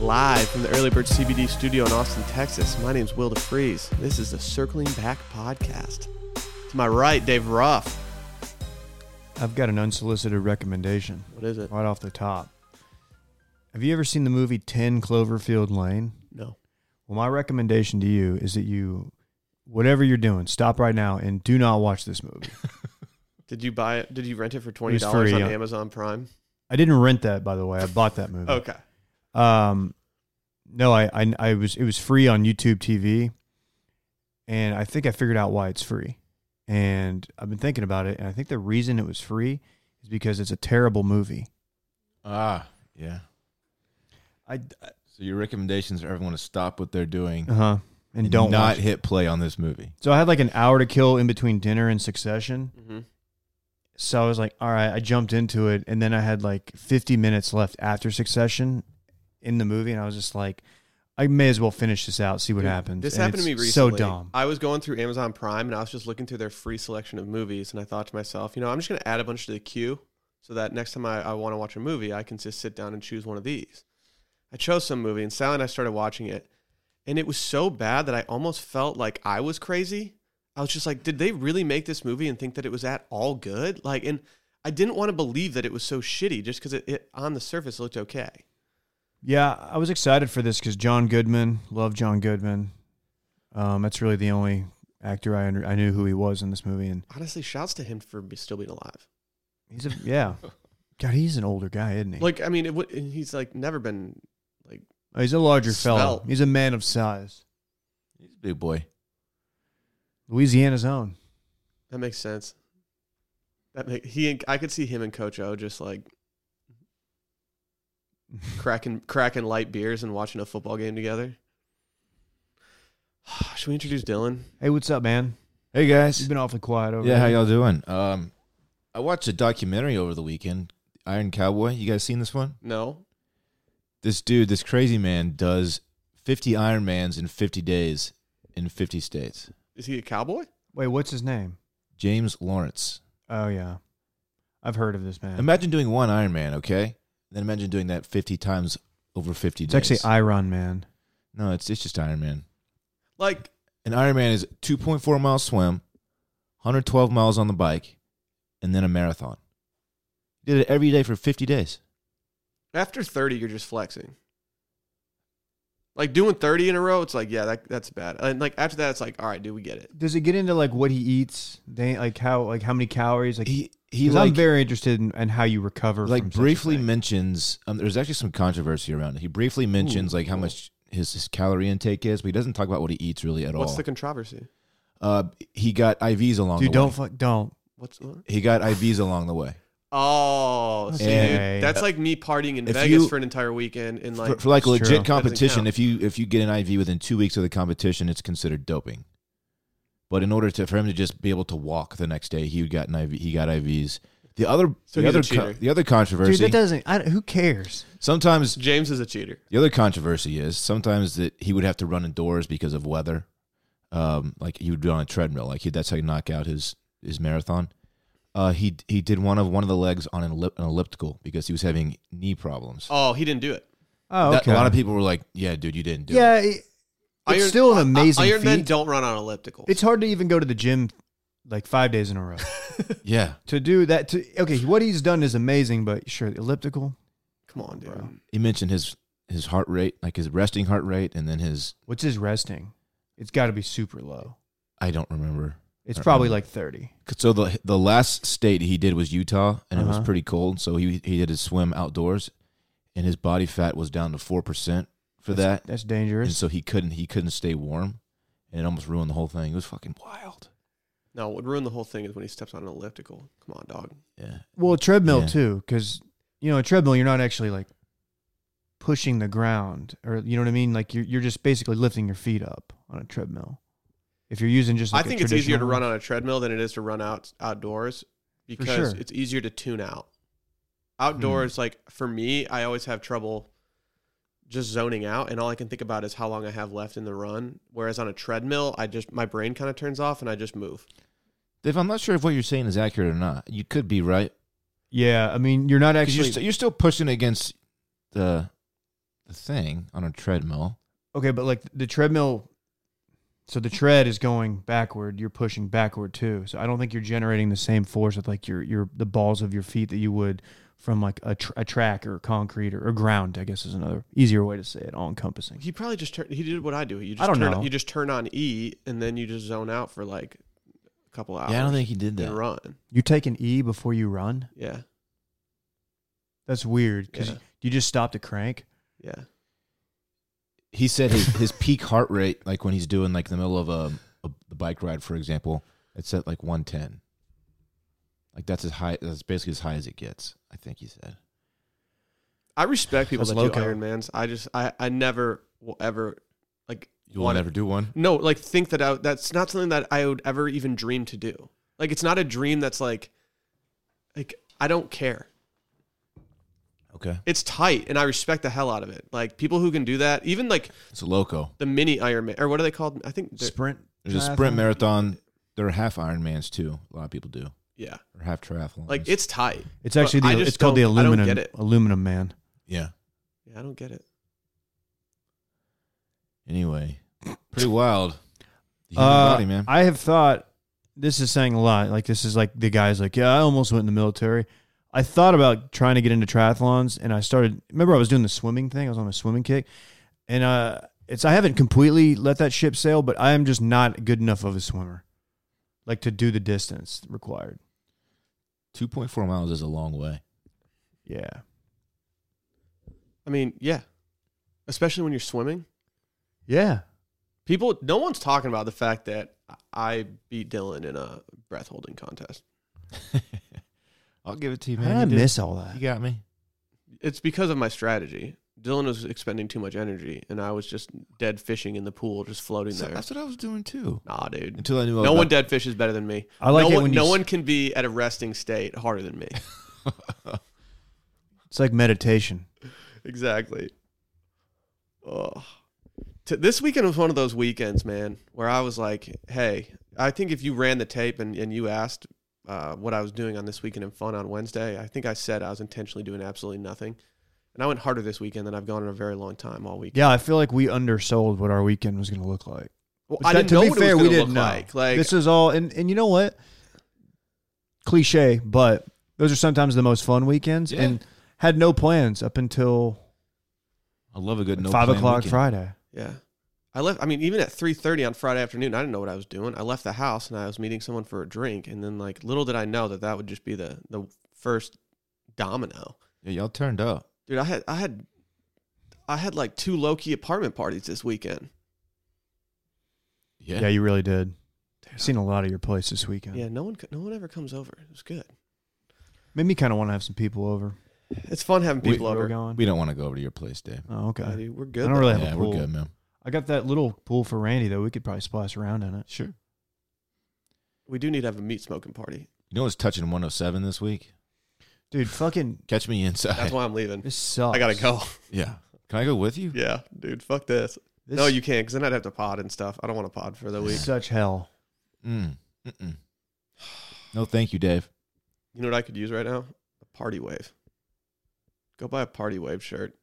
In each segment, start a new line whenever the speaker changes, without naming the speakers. live from the Early Bird CBD studio in Austin, Texas. My name's Will DeFries. This is the Circling Back podcast. To my right, Dave Ruff.
I've got an unsolicited recommendation
What is it?
right off the top. Have you ever seen the movie 10 Cloverfield Lane?
No.
Well, my recommendation to you is that you, whatever you're doing, stop right now and do not watch this movie.
Did you buy it? Did you rent it for $20
was free,
on
yeah.
Amazon Prime?
I didn't rent that, by the way. I bought that movie.
Okay.
Um, no, I, I, I was, it was free on YouTube TV. And I think I figured out why it's free. And I've been thinking about it. And I think the reason it was free is because it's a terrible movie.
Ah, yeah.
I,
So your recommendations are everyone to stop what they're doing
uh huh. And, don't
not
watch it.
hit play on this movie.
So I had like an hour to kill in between dinner and succession.
Mm-hmm.
So I was like, all right, I jumped into it. And then I had like 50 minutes left after succession in the movie. And I was just like, I may as well finish this out, see what
Dude,
happens.
This
And
happened to me
it's
recently.
So dumb.
I was going through Amazon Prime and I was just looking through their free selection of movies, and I thought to myself, you know, I'm just going to add a bunch to the queue so that next time I, I want to watch a movie, I can just sit down and choose one of these. I chose some movie, and Sally and I started watching it, and it was so bad that I almost felt like I was crazy. I was just like, did they really make this movie and think that it was at all good? Like, and I didn't want to believe that it was so shitty just because it, it on the surface looked okay.
Yeah, I was excited for this because John Goodman, love John Goodman. Um, that's really the only actor I under, I knew who he was in this movie, and
Honestly, shouts to him for be- still being alive.
he's a yeah, God, he's an older guy, isn't he?
Like, I mean, it, w- he's like never been
Oh, he's a larger fellow.
Svelte.
He's a man of size.
He's a big boy.
Louisiana's own.
That makes sense. That make he and I could see him and Coach O just like cracking cracking light beers and watching a football game together. Should we introduce Dylan?
hey, what's up, man?
Hey
You've
guys.
been awfully quiet over
Yeah,
there.
how y'all doing? Um, I watched a documentary over the weekend, Iron Cowboy. You guys seen this one?
No.
This dude, this crazy man, does fifty Iron Mans in fifty days in fifty states.
Is he a cowboy?
Wait, what's his name?
James Lawrence.
Oh yeah, I've heard of this man.
Imagine doing one Iron Man, okay? Then imagine doing that fifty times over fifty
it's
days.
actually Iron Man.
no, it's it's just Iron Man.
Like
An Ironman is 2.4 mile swim, 112 miles on the bike, and then a marathon. Did it every day for 50 days.
after thirty, you're just flexing. Like doing thirty in a row, it's like yeah, that that's bad. And like after that, it's like all right, dude, we get it.
Does it get into like what he eats? Day, like how like how many calories? Like
He he
'cause
like,
I'm very interested in, in how you recover.
like
from such a
briefly
thing.
mentions um, there's actually some controversy around it. He briefly mentions
Ooh,
like how
cool.
much his, his calorie intake is, but he doesn't talk about what he eats really at
What's
all.
the controversy?
uh, he got IVs along
Dude,
the
don't
way.
fuck, don't.
What's
he got IVs along the way.
oh, see,
Okay.
dude, that's like me partying in
If
Vegas
you-
for an entire weekend and
For,
like
for like
It's
a
true. That
legit
doesn't
competition,
count.
if you if you get an IV within two weeks of the competition, it's considered doping. But in order to for him to just be able to walk the next day, he got an IV. He got IVs. The other
So
the
he's a
other
cheater.
the other
Dude,
controversy.
that doesn't. I, who cares?
sometimes
James is a cheater.
the other controversy is sometimes that he would have to run indoors because of weather. Um, like he would be on a treadmill. Like he, that's how he knock out his his marathon. Uh, he he did one of one of the legs on an, ellip- an elliptical because he was having knee problems.
Oh, he didn't do it.
Oh,
That-
okay.
a lot of people were like, "Yeah, dude, you didn't do it."
yeah, it- it's still an amazing
Iron men
feat.
don't run on ellipticals.
It's hard to even go to the gym like five days in a row
Yeah,
to do that. To okay, what he's done is amazing, but sure, elliptical.
Come on, dude.
Bro.
he mentioned his his heart rate, like his resting heart rate, and then his
What's his resting? It's got to be super low.
I don't remember.
It's
I don't
probably
Uh-huh.
like
remember.
thirty.
So the the last state he did was Utah, and it
Uh-huh.
was pretty cold. So he he did his swim outdoors, and his body fat was down to four percent for
That's-
that,
that's
and
dangerous.
so he couldn't he couldn't stay warm, and it almost ruined the whole thing. It was fucking wild.
No, what would ruin the whole thing is when he steps on an elliptical. Come on, dog.
Yeah,
Well, a treadmill
Yeah.
too, because you know a treadmill, you're not actually like pushing the ground, or you know what I mean. Like you're you're just basically lifting your feet up on a treadmill. If you're using just, like
I
a
think it's easier to
traditional-
run on a treadmill than it is to run out outdoors because
sure. Hmm.
it's easier to tune out. Outdoors, like for me, I always have trouble just zoning out, and all I can think about is how long I have left in the run. Whereas on a treadmill, I just my brain kind of turns off and I just move.
Dave, I'm not sure if what you're saying is accurate or not. You could be right.
Yeah, I mean you're not
'Cause
actually.
you're, st- you're still pushing against the the a thing on a treadmill.
Okay, but like the treadmill, so the tread is going backward. You're pushing backward too. So I don't think you're generating the same force with like your your the balls of your feet that you would from like a, tr- a track or concrete or, or ground. I guess is another easier way to say it. All encompassing.
He probably just turned. He did what I do. You just
I don't
turn,
know.
You just turn on E and then you just zone out for like a couple hours.
Yeah, I don't think he did
and
that.
run.
You take an E before you run.
Yeah,
That's weird because
Yeah.
you just stop to crank.
yeah.
He said his, his peak heart rate, like when he's doing like the middle of a, a the bike ride, for example, it's at like 110. Like that's as high. That's basically as high as it gets. I think he said.
I respect people
That's
that do
loco.
Ironmans. I just I I never will ever like
You'll
wanna-
never do one.
No, like think that I, that's not something that I would ever even dream to do. Like it's not a dream that's like, like I don't care.
Okay,
It's tight, and I respect the hell out of it. Like people who can do that, even like
it's a loco.
the mini Ironman or what are they called? I think they're-
Sprint.
There's a
triathlon.
sprint marathon. There are half Ironmans too. A lot of people do
yeah,
or half triathlons.
like it's tight.
It's actually
But I
the,
just
it's called the
don't- I don't
aluminum
get it.
aluminum man.
yeah.
Yeah, I don't get it.
Anyway, pretty wild. The human
Uh,
body, man.
I have thought this is saying a lot. Like this is like the guys like, yeah, I almost went in the military. I thought about trying to get into triathlons, and I started. Remember, I was doing the swimming thing. I was on a swimming kick, and uh, it's I haven't completely let that ship sail, but I am just not good enough of a swimmer, like to do the distance required.
Two point four miles is a long way.
Yeah,
I mean, yeah, especially when you're swimming.
yeah.
People, no one's talking about the fact that I beat Dylan in a breath holding contest.
I'll give it to you,
How
man.
did I
You did-
miss all that?
You got me.
It's because of my strategy. Dylan was expending too much energy, and I was just dead fishing in the pool, just floating
So
there.
that's what I was doing too.
Nah, dude.
Until I knew I
No
was
one
about-
dead fish is better than me.
I like
no
it
one,
when you
no
s-
one can be at a resting state harder than me.
It's like meditation.
exactly. Oh. T- this weekend was one of those weekends, man, where I was like, "Hey, I think if you ran the tape and, and you asked uh, what I was doing on this weekend and fun on Wednesday, I think I said I was intentionally doing absolutely nothing." And I went harder this weekend than I've gone in a very long time all week.
Yeah, I feel like we undersold what our weekend was going to look like.
Well,
But
I
that-
didn't
to
know
be
what
fair,
it was
we
gonna
didn't
look
know.
like. Like
this is all and, and you know what cliche but those are sometimes the most fun weekends
Yeah.
and had no plans up until
I love a good no
five
plan
o'clock
weekend.
friday
Yeah. I left I mean even at 3:30 on Friday afternoon, I didn't know what I was doing. I left the house and I was meeting someone for a drink and then like little did I know that that would just be the the first domino.
Yeah, y'all turned up.
Dude, I had I had I had like two low-key apartment parties this weekend.
Yeah.
yeah, you really did I've seen a lot of your place this weekend
Yeah, no one co- no one ever comes over. It was good.
made me kind of want to have some people over
It's fun having people
Where we're
over.
going
We don't want to go over to your place, Dave.
oh
Yeah,
okay
dude, we're good.
I don't really
though.
have a
yeah, we're
pool.
good, man.
i got that little pool for randy though we could probably splash around in it
Sure. You
we do need to have a meat smoking party.
know what's touching 107 this week?
dude fucking
Catch me inside.
That's why I'm leaving.
this sucks
I got to go.
yeah. Can I go with you?
yeah, dude, fuck this.
this
no, you can't cuz then I'd have to pod and stuff. I don't want to pod for the
is
week.
such hell
Mm. Mm-mm. No, thank you, Dave.
You know what I could use right now? A party wave. Go buy a party wave shirt.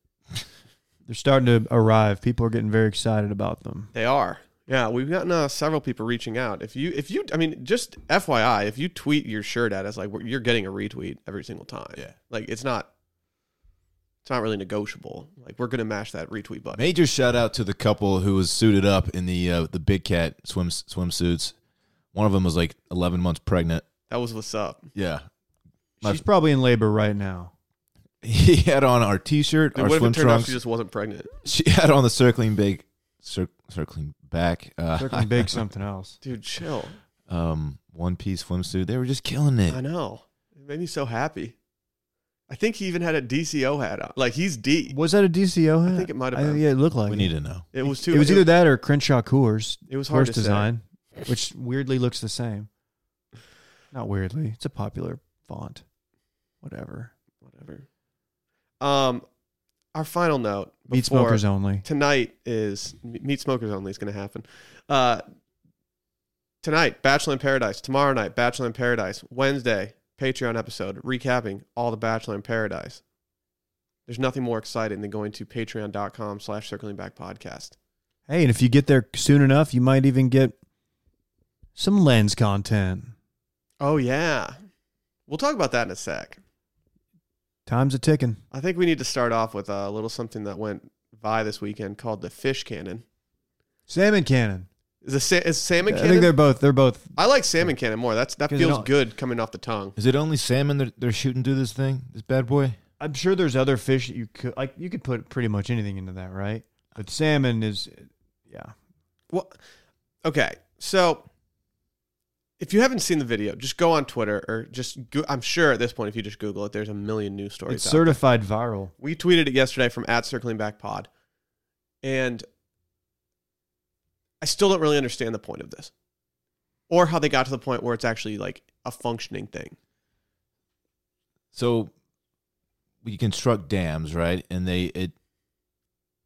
they're starting to arrive people are getting very excited about them
They are. Yeah, we've gotten uh, several people reaching out. If you, if you, I mean, just FYI, if you tweet your shirt at us, like we're, you're getting a retweet every single time.
Yeah.
Like it's not, it's not really negotiable. Like we're gonna mash that retweet button.
Major shout out to the couple who was suited up in the uh, the big cat swim swimsuits. One of them was like 11 months pregnant.
That was what's up.
Yeah. My-
she's probably in labor right now
He had on our t-shirt,
Dude,
our
what if
swim
it turned out
trunks.
she just wasn't pregnant?
She had on the circling big, cir- circling back, uh,
Circling big something else.
Dude, chill.
um, one piece swimsuit. They were just killing it.
I know. It made me so happy. I think he even had a DCO hat on. Like he's D.
Was that a DCO hat?
I think it might have
I-
been.
yeah, it looked like it.
we need to know.
It was too.
It was either that or Crenshaw Coors.
It was hard
Coors
to say.
design, which weirdly looks the same. Not weirdly, it's a popular font. Whatever.
whatever. Um, our final note
Meat
before-
smokers only.
tonight is meat smokers only is going to happen. Uh, tonight, Bachelor in Paradise. Tomorrow night, Bachelor in Paradise. Wednesday, Patreon episode recapping all the Bachelor in Paradise. There's nothing more exciting than going to patreon.com slash circling back podcast.
Hey, and if you get there soon enough, you might even get some lens content.
Oh, yeah. We'll talk about that in a sec.
Time's a ticking.
I think we need to start off with a little something that went by this weekend called the fish cannon.
Salmon cannon.
Is, a sa- is salmon
I think
cannon?
they're both. They're both.
I like salmon cannon more. That's That
'Cause it
feels
don't-
good coming off the tongue.
Is it only salmon that they're shooting through this thing? This bad boy?
I'm sure there's other fish that you could like. You could put pretty much anything into that, right? But salmon is, yeah.
Well, okay. So if you haven't seen the video, just go on Twitter or just go, I'm sure at this point, if you just Google it, there's a million news stories.
It's
out
certified viral.
We tweeted it yesterday from at circling back pod. And I still don't really understand the point of this or how they got to the point where it's actually like a functioning thing.
So you construct dams, right? And they it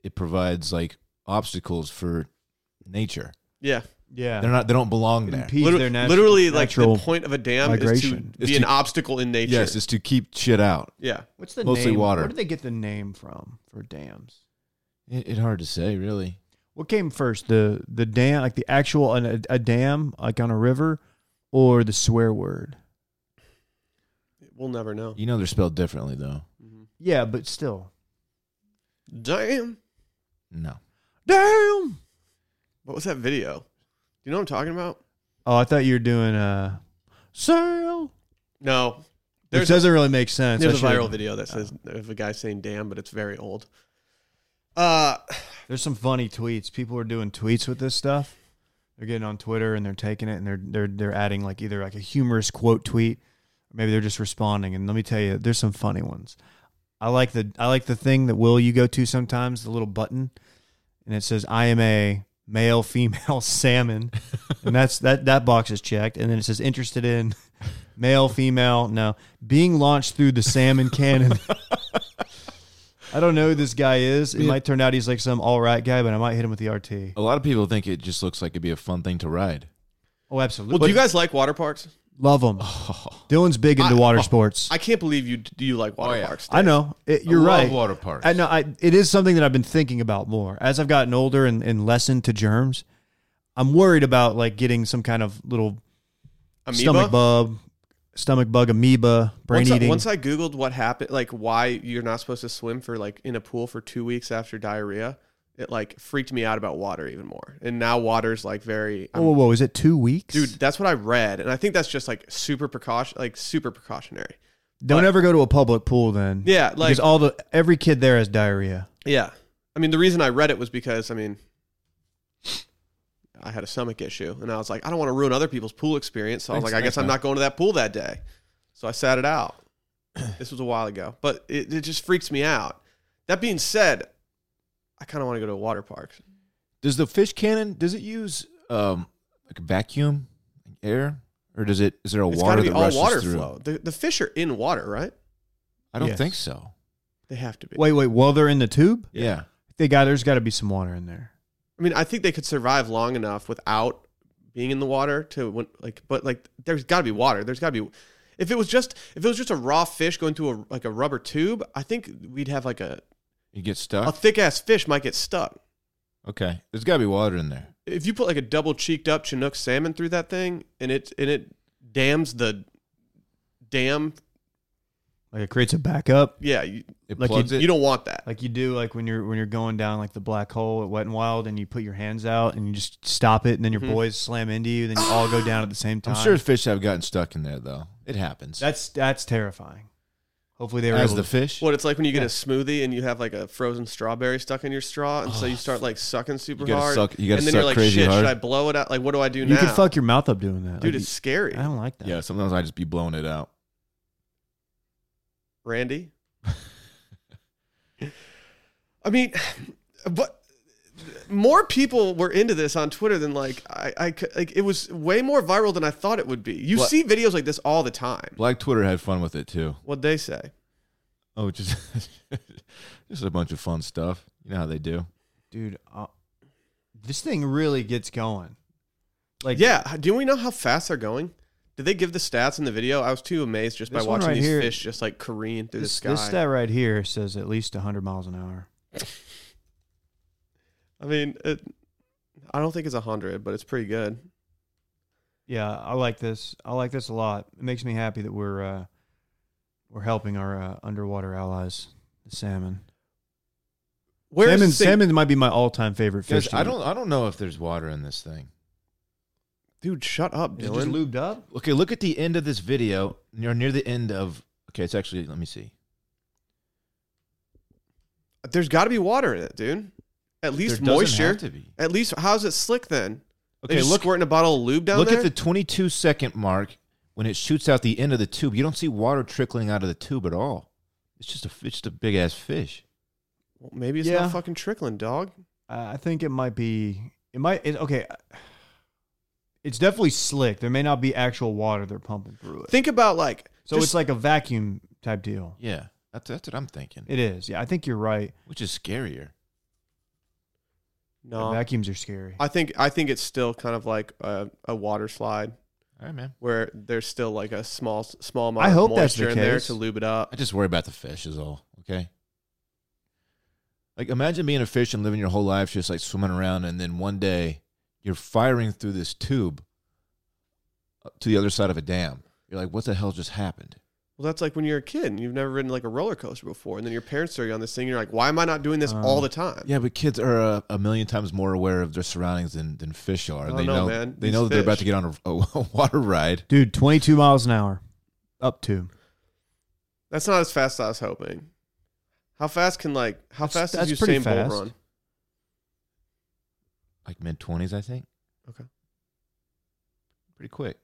it provides like obstacles for nature.
Yeah.
Yeah.
They're not they don't belong
It
there.
impedes
Literally,
their nat-
literally, like
natural-
the point of a dam
migration.
is to
Is
be
to-
an obstacle in nature.
Yes, it's to keep shit out.
yeah.
What's the
mostly
name?
water.
Where did they get the name from for dams?
It, it hard to say, really.
What came first, the the dam, like the actual an, a, a dam, like on a river, or the swear word?
We'll never know.
You know they're spelled differently though.
Yeah, but still,
Damn.
No.
damn.
What was that video? Do you know what I'm talking about?
Oh, I thought you were doing uh, sail.
No.
Which
There's
doesn't really make sense.
There's a
I should've-
viral video that says of a guy saying damn, but it's very old. Uh
There's some funny tweets. People are doing tweets with this stuff. They're getting on Twitter and they're taking it and they're they're they're adding like either like a humorous quote tweet, or maybe they're just responding. And let me tell you, there's some funny ones. I like the I like the thing that will you go to sometimes the little button, and it says I am a male female salmon, and that's that that box is checked. And then it says interested in male female no being launched through the salmon cannon. I don't know who this guy is. It might turn out he's like some all right guy, but I might hit him with the RT.
A lot of people think it just looks like it'd be a fun thing to ride.
Oh, absolutely.
well, do you guys like water parks?
Love them. Dylan's big into
I-
water sports. I,
I can't believe you do you like water
Oh, yeah.
parks.
know. It, you're
I love
right.
water parks.
I know. I, it is something that I've been thinking about more as I've gotten older and, and lessened to germs. I'm worried about like getting some kind of little
Amoeba?
stomach bug, stomach bug amoeba, brain
once,
eating.
I, once I googled what happened, like why you're not supposed to swim for like in a pool for two weeks after diarrhea, it like freaked me out about water even more. And now water's like very, I'm-
whoa, whoa, whoa! Is it two weeks,
dude. That's what I read, and I think that's just like super precaution, like super precautionary.
Don't
but-
ever go to a public pool then.
Yeah, like
because all the every kid there has diarrhea.
Yeah. I mean, the reason I read it was because, I mean, I had a stomach issue and I was like, I don't want to ruin other people's pool experience. So I was
Thanks,
like, I
thanks,
guess I'm
man.
not going to that pool that day. So I sat it out. this was a while ago, but it, it just freaks me out. That being said, I kind of want to go to a water park.
Does the fish cannon does it use um like a vacuum air? Or does it is there a
It's got
water
to be
that
all
rushes
water
through?
flow. The, the fish are in water, right?
I don't
Yes.
think so.
They have to be.
Wait, wait. While they're in the tube,
Yeah.
they got there's got to be some water in there.
I mean, I think they could survive long enough without being in the water to when, like, but like, there's got to be water. There's got to be. If it was just if it was just a raw fish going through a like a rubber tube, I think we'd have like a
You get
a
stuck.
thick ass fish might get stuck.
okay. There's gotta be water in there.
If you put like a double cheeked up Chinook salmon through that thing, and it and it dams the dam,
Like it creates a backup,
yeah, you,
It
Like you-
plugs it.
you don't want that.
like you do like when you're when you're going down like the black hole at Wet and Wild, and you put your hands out and you just stop it, and then your
Mhm.
boys slam into you, then you all go down at the same time.
I'm sure fish have gotten stuck in there though. It happens.
that's that's terrifying. Hopefully they were
As
able
the
to-
fish.
What it's like when you get
Yeah.
a smoothie and you have like a frozen strawberry stuck in your straw, and so you start like sucking super
You gotta
hard.
suck- you gotta
and then
suck
you're like,
crazy
shit,
hard."
should I blow it out? Like, what do I do
you
now?
could fuck your mouth up doing that,
Dude,
Like,
it's scary.
I don't like that.
Yeah, sometimes I just be blowing it out.
Randy. I mean, but more people were into this on Twitter than like I, I c- like it was way more viral than I thought it would be. You
What-
see videos like this all the time.
Black Twitter had fun with it too.
What they say?
Oh, just just a bunch of fun stuff. You know how they do.
dude, uh, this thing really gets going. Like
Yeah, do we know how fast they're going? Did they give the stats in the video? I was too amazed just
This
by
one
watching
right
these
here-
fish just like careen through
This,
the sky.
this stat right here says at least 100 miles an hour.
I mean, it, I don't think it's 100, but it's pretty good.
Yeah, I like this. I like this a lot. It makes me happy that we're uh, we're helping our uh, underwater allies, the salmon.
Where's
salmon,
Sing-
salmon might be my all-time favorite fish.
Guys,
to
I
eat.
don't. I don't know if there's water in this thing.
Dude, shut up,
Is it just
Dylan.
lubed up?
Okay, look at the end of this video. Near near the end of. Okay, it's actually. Let me see.
There's got to be water in it, dude. At least
There doesn't
moisture.
have to be.
At least, how's it slick then?
Okay, look.
squirting a bottle of lube down
look
there.
at the 22 second mark when it shoots out the end of the tube. You don't see water trickling out of the tube at all. It's just a it's just a big ass fish.
Well, maybe it's
Yeah.
not fucking trickling, dog.
Uh, I think it might be. It might. It, okay. It's definitely slick. There may not be actual water they're pumping through it.
Think about like
so
just-
it's like a vacuum type deal.
Yeah, that's that's what I'm thinking.
It is. Yeah, I think you're right.
Which is scarier?
no.
Vacuums are scary.
I think I think it's still kind of like a, a water slide
All right, man.
where there's still like a small small amount
I
of
hope
moisture
that's the
in there
case.
to lube it up.
I just worry about the fish is all. Okay. Like imagine being a fish and living your whole life just like swimming around, and then one day you're firing through this tube uh, to the other side of a dam. You're like, what the hell just happened?
Well, that's like when you're a kid and you've never ridden like a roller coaster before, and then your parents throw you on this thing. And you're like, why am I not doing this
Um,
all the time?
Yeah, but kids are uh, a, a million times more aware of their surroundings than, than fish are.
I don't
they
know,
know,
Oh, man.
they
These
know that they're about
fish.
to get on a, a water ride.
Dude, 22 miles an hour, up to.
That's not as fast as I was hoping. How fast can like how
That's-
fast does
that's pretty
Usain Bolt
fast.
run?
Like mid twenties, I think.
Okay.
Pretty quick.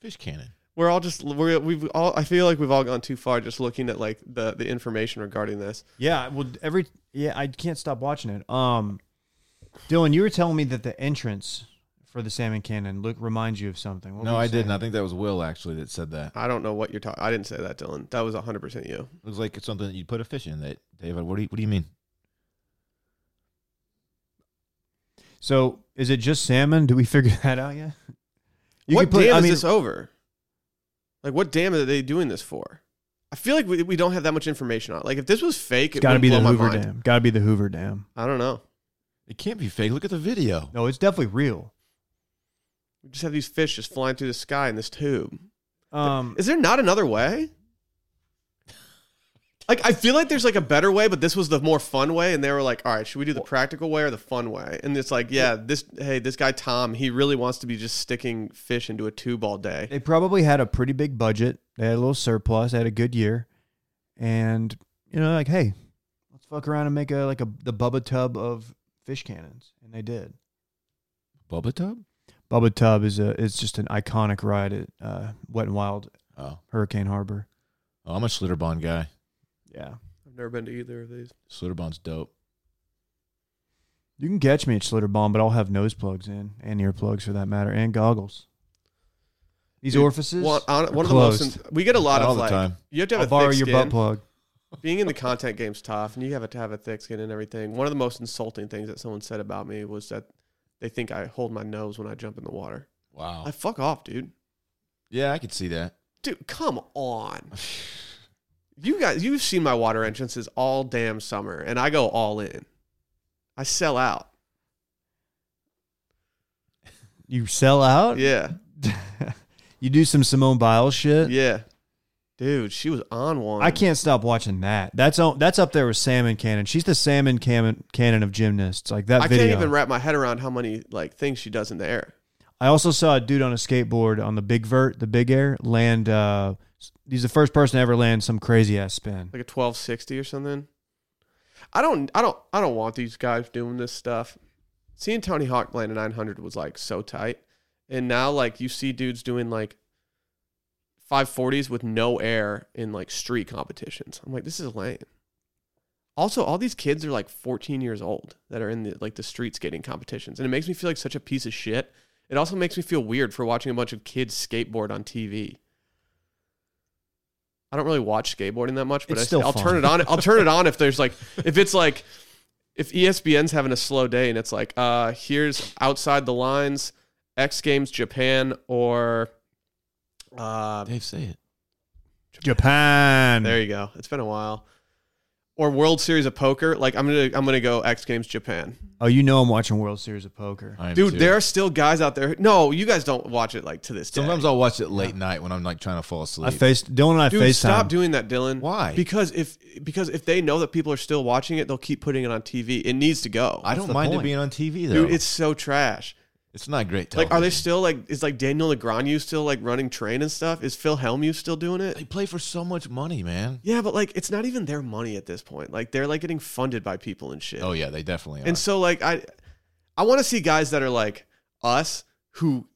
Fish cannon.
We're all just we're, we've all I feel like we've all gone too far just looking at like the the information regarding this.
Yeah, well, every yeah, I can't stop watching it. Um, Dylan, you were telling me that the entrance for the salmon cannon look reminds you of something. What
no,
were you
I didn't. I
saying?
think that was Will actually that said that.
I don't know what you're talking. I didn't say that, Dylan. That was 100 percent you.
It was like it's something that you'd put a fish in. That David, what do you what do you mean?
So, is it just salmon? Do we figure that out yet? You
what
could put-
dam
I
is
mean-
this over? Like, what dam are they doing this for? I feel like we, we don't have that much information on. it. Like, if this was fake,
It's
it
got to
would
be
blow
the
my
Hoover
mind.
Dam. Got to be the Hoover Dam.
I don't know.
It can't be fake. Look at the video.
No, it's definitely real.
We just have these fish just flying through the sky in this tube.
Um,
Is there not another way? Like, I feel like there's like a better way, but this was the more fun way, and they were like, "All right, should we do the practical way or the fun way?" And it's like, yeah, this hey, this guy Tom, he really wants to be just sticking fish into a tube all day.
they probably had a pretty big budget. They had a little surplus. They had a good year, and you know, like, hey, let's fuck around and make a like a the Bubba tub of fish cannons, and they did.
Bubba tub?
Bubba Tub is a is just an iconic ride at uh, Wet and Wild
Oh.
Hurricane Harbor.
oh I'm a Schlitterbahn guy.
Yeah,
I've never been to either of these.
Schlitterbahn's dope.
you can catch me at Schlitterbahn, but I'll have nose plugs in and earplugs for that matter, and goggles. These
Dude,
orifices.
Well, on,
are
one of the
closed.
most we get a lot
All
of
the
like
time.
you have to have
I'll
a
borrow
thick
your
skin.
butt plug.
Being in the content game's tough, and you have to have a thick skin and everything. One of the most insulting things that someone said about me was that they think I hold my nose when I jump in the water.
Wow.
Oh.
I fuck off, dude.
yeah, I could see that.
Dude, come on. You guys, you've seen my water entrances all damn summer, and I go all in. I sell out.
You sell out.
Yeah,
you do some Simone Biles shit.
yeah. Dude, she was on one.
I can't stop watching that. That's on, that's up there with Salmon Cannon. She's the Salmon Cannon cannon of gymnasts. Like that
I
video.
can't even wrap my head around how many like things she does in the air.
I also saw a dude on a skateboard on the big vert, the big air, land. Uh, he's the first person to ever land some crazy ass spin.
like a 1260 or something. I don't I don't I don't want these guys doing this stuff. Seeing Tony Hawk land a 900 was like so tight. And now like you see dudes doing like 540s with no air in like street competitions. I'm like this is lame. Also, all these kids are like 14 years old that are in the like the street skating competitions and it makes me feel like such a piece of shit. It also makes me feel weird for watching a bunch of kids skateboard on TV. I don't really watch skateboarding that much, but
It's
I,
still
I'll
fun.
turn it on. I'll turn it on if there's like if it's like if E ESPN's having a slow day and it's like, uh, here's outside the lines, X Games Japan or uh,
Dave, say it.
Japan.
there you go. It's been a while. Or World Series of Poker, like I'm gonna I'm gonna go X Games Japan.
oh, you know I'm watching World Series of Poker.
I am
Dude,
too.
there are still guys out there. Who, no, you guys don't watch it like to this day.
Sometimes I'll watch it late night when I'm like trying to fall asleep.
I faced Dylan and I
Dude,
FaceTime.
stop doing that, Dylan.
Why?
Because if because if they know that people are still watching it, they'll keep putting it on TV. It needs to go.
I don't
the
mind
point?
it being on TV though.
Dude, it's so trash.
it's not great.
Like, are they
television.
still like? Is like Daniel Negreanu still like running train and stuff? Is Phil Hellmuth still doing
They
it?
play for so much money, man.
Yeah, but like, it's not even their money at this point. Like, they're like getting funded by people and shit.
Oh yeah, they definitely are.
And so like, I, I want to see guys that are like us who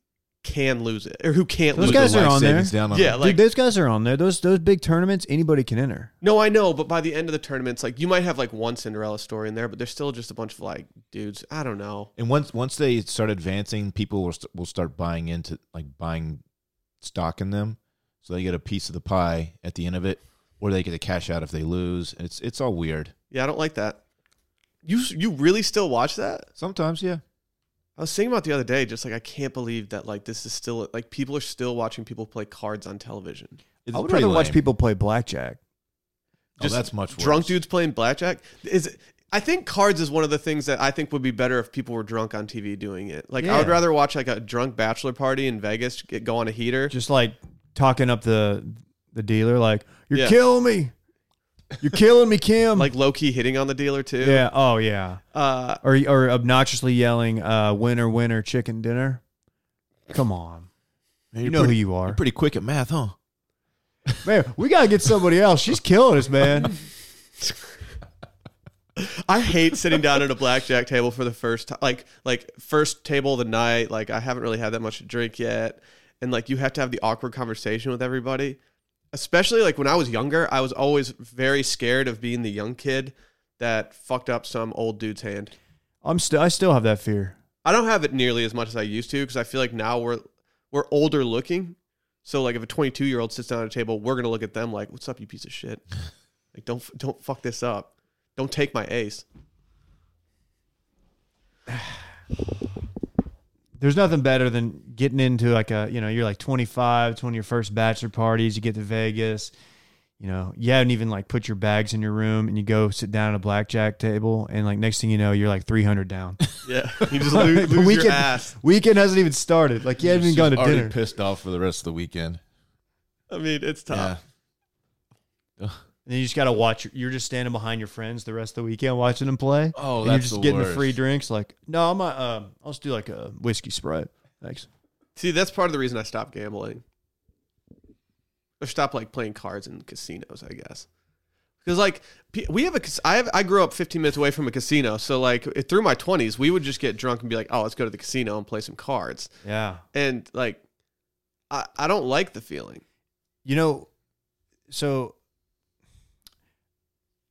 can lose it or who can't
Those
lose.
guys
it.
are on there.
Yeah,
yeah,
like
Dude, those guys are on there. Those those big tournaments, anybody can enter.
no, I know, but by the end of the tournaments, like you might have like one Cinderella story in there, but there's still just a bunch of like dudes. I don't know.
and once once they start advancing, people will st- will start buying into like buying stock in them, so they get a piece of the pie at the end of it, or they get to cash out if they lose. It's it's all weird.
Yeah, I don't like that. You you really still watch that?
Sometimes, yeah.
I was thinking about the other day, just like I can't believe that like this is still like people are still watching people play cards on television.
It's
I would
pretty
rather watch
lame.
people play blackjack.
Oh,
Just
that's much worse.
Drunk dudes playing blackjack is. I think cards is one of the things that I think would be better if people were drunk on TV doing it. Like I would
Yeah.
rather watch like a drunk bachelor party in Vegas get, go on a heater.
Just like talking up the the dealer, like you're
Yeah.
killing me, you're killing me, Kim.
like low key hitting on the dealer too.
yeah, oh yeah,
Uh,
or or obnoxiously yelling, uh, "Winner, winner, chicken dinner." Come on, you
Man, you're
know
pretty,
who you are,
You're pretty quick at math, huh?
man. We gotta get somebody else. She's killing us, man.
I hate sitting down at a blackjack table for the first time. Like like first table of the night. Like I haven't really had that much to drink yet, and like you have to have the awkward conversation with everybody. Especially like when I was younger, I was always very scared of being the young kid that fucked up some old dude's hand.
I'm still, I still have that fear.
I don't have it nearly as much as I used to because I feel like now we're we're older looking. So like if a 22 year old sits down at a table, we're gonna look at them like, "What's up, you piece of shit? Like don't f- don't fuck this up. Don't take my ace."
there's nothing better than getting into like a you know you're like 25 it's one of your first bachelor parties you get to vegas you know you haven't even like put your bags in your room and you go sit down at a blackjack table and like next thing you know you're like 300 down
Yeah, you just lo- lose,
We
your
can-
ass.
weekend hasn't even started like you haven't even gone to
already
dinner
pissed off for the rest of the weekend.
I mean, it's tough.
and then you just gotta watch you're just standing behind your friends the rest of the weekend watching them play
Oh,
and
that's
you're just
the
getting
worst.
the free drinks like no i'm not, um i'll just do like a whiskey sprite thanks
See, that's part of the reason I stopped gambling. Or stopped like playing cards in casinos, I guess. Because like p- we have a, cas- I have, I grew up 15 minutes away from a casino, so like it- through my 20s, we would just get drunk and be like, oh, let's go to the casino and play some cards,
yeah
and like, I, I don't like the feeling.
You know, so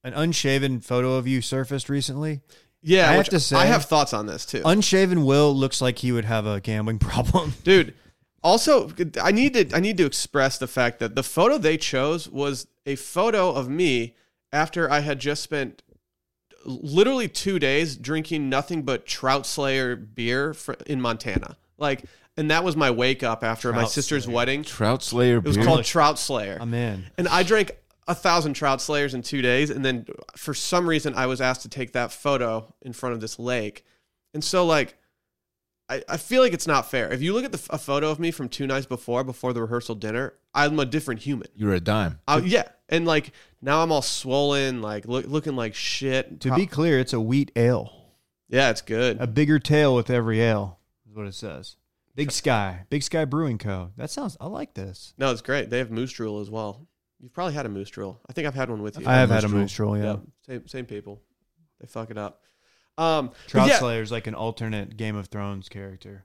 an unshaven photo of you surfaced recently.
Yeah,
I have
which
to say-
I have thoughts on this too,
Unshaven Will looks like he would have a gambling problem.
dude. Also, I need to I need to express the fact that the photo they chose was a photo of me after I had just spent literally two days drinking nothing but Trout Slayer beer fr in Montana. Like, and that was my wake up after my
Trout
sister's
Slayer.
wedding.
Trout Slayer
It was
beer?
called Trout Slayer,
I'm in.
and I drank a thousand Trout Slayers in two days. And then for some reason, I was asked to take that photo in front of this lake, and so like. I, I feel like it's not fair. If you look at the, f- a photo of me from two nights before, before the rehearsal dinner, I'm a different human.
you were a dime.
I, yeah, and like now I'm all swollen, like look, looking like shit.
To be clear, it's a wheat ale.
yeah, it's good.
A bigger tail with every ale is what it says. Big Sky, Big Sky Brewing Co. That sounds. I like this.
No, it's great. They have moose drool as well. You've probably had a moose drool. I think I've had one with you.
I have had a
Minstrel.
moose troll. Yeah.
same same people. They fuck it up. Um, but
Trout
yeah,
Slayer's like an alternate Game of Thrones character.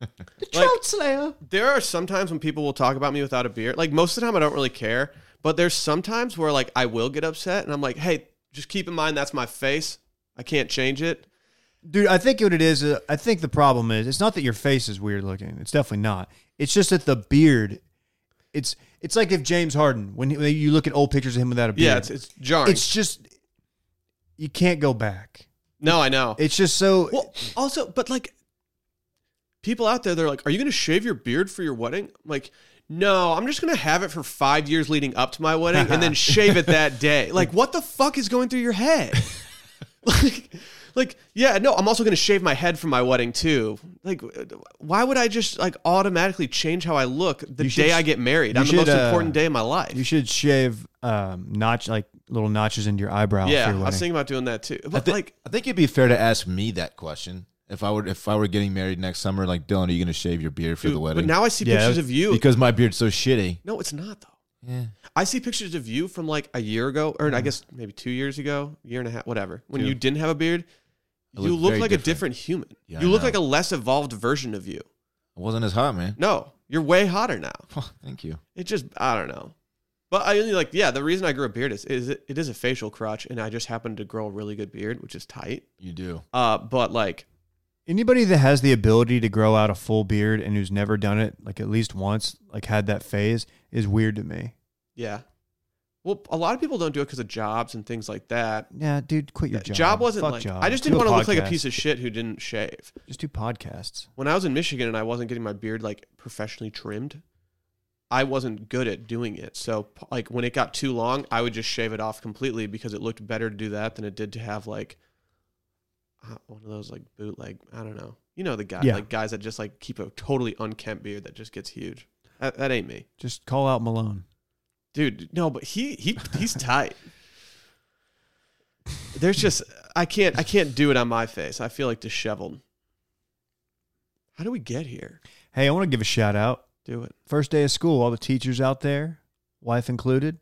the
Like-
Trout Slayer.
there are sometimes when people will talk about me without a beer. Like most of the time, I don't really care. But there's sometimes where like I will get upset, and I'm like, hey, just keep in mind that's my face. I can't change it.
Dude, I think what it is, uh, I think the problem is, it's not that your face is weird looking. It's definitely not. It's just that the beard, it's it's like if James Harden, when, he, when you look at old pictures of him without a beard,
Yeah, it's it's jarring.
it's just you can't go back.
No, I know.
It's just so
Well, also, but like people out there, they're like, "Are you going to shave your beard for your wedding?" I'm like, no, I'm just going to have it for five years leading up to my wedding, and then shave it that day. Like, what the fuck is going through your head? like, like, yeah, no, I'm also going to shave my head for my wedding too. Like, why would I just like automatically change how I look the
You should
day
sh-
I get married?
you
I'm the most
should, uh,
important day of my life.
you should shave um notch like little notches into your eyebrow.
yeah,
for
I
your
was
wedding.
thinking about doing that too.
I
But
thi-
like,
I think it'd be fair to ask me that question if I were if I were getting married next summer. Like Dylan, are you going to shave your beard for the
dude,
wedding?
but now I see
Yeah,
pictures of you.
because my beard's so shitty.
no, it's not though.
Yeah.
I see pictures of you from like a year ago, or I guess maybe two years ago, year and a half, whatever. When
Two.
you didn't have a beard,
I
you
look
look
very
like a different
different.
human.
Yeah,
you
I
look
know.
like a less evolved version of you.
It wasn't as hot, man.
No, you're way hotter now.
Thank you.
It just, I don't know. But I only like, yeah, the reason I grew a beard is, is it, it is a facial crotch, and I just happened to grow a really good beard, which is tight.
You do.
Uh, but like,
Anybody that has the ability to grow out a full beard and who's never done it, like at least once, like had that phase, is weird to me.
yeah. Well, a lot of people don't do it because of jobs and things like that.
Yeah, dude, quit your
That
job.
job, wasn't
Fuck
like,
job.
I just
Do
didn't want to look like a
podcast.
piece of shit who didn't shave.
Just do podcasts.
when I was in Michigan and I wasn't getting my beard like professionally trimmed, I wasn't good at doing it. So p- like when it got too long, I would just shave it off completely because it looked better to do that than it did to have like uh, one of those like bootleg. I don't know. You know the guy
Yeah.
like guys that just like keep a totally unkempt beard that just gets huge. That, that ain't me,
Just call out Malone.
dude. No, but he he he's tight. There's just I can't I can't do it on my face. I feel like disheveled. How do we get here?
Hey, I want to give a shout out.
Do it.
First day of school, all the teachers out there, wife included.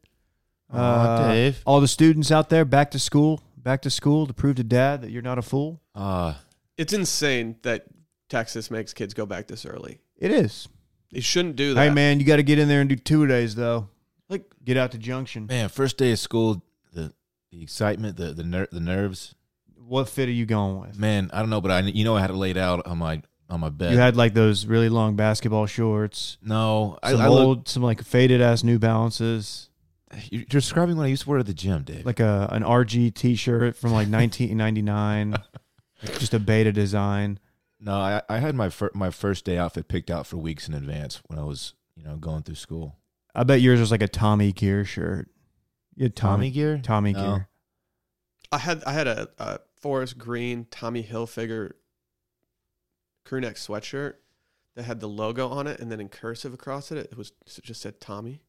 Uh,
Aw, Dave.
All the students out there, back to school, back to school to prove to dad that you're not a fool.
Uh,
It's insane that Texas makes kids go back this early.
It is.
They shouldn't do that.
Hey, man, you got to get in there and do two days, though.
Like,
Get out to Junction.
man, first day of school, the the excitement, the the ner- the nerves.
What fit are you going with?
Man, I don't know, but I you know I had it laid out on my on my bed.
You had like those really long basketball shorts.
no, I,
some
I
old,
look,
some like faded ass New Balances,
you're describing what I used to wear at the gym, Dave.
like a an RG T-shirt from like 1999, Like, just a beta design.
No, I, I had my fir- my first day outfit picked out for weeks in advance when I was you know going through school.
I bet yours was like a Tommy Gear shirt. You had Tommy
gear,
Tommy
No.
Gear.
I had I had a, a Forest Green Tommy Hilfiger crew neck sweatshirt that had the logo on it, and then in cursive across it, it was it just said Tommy.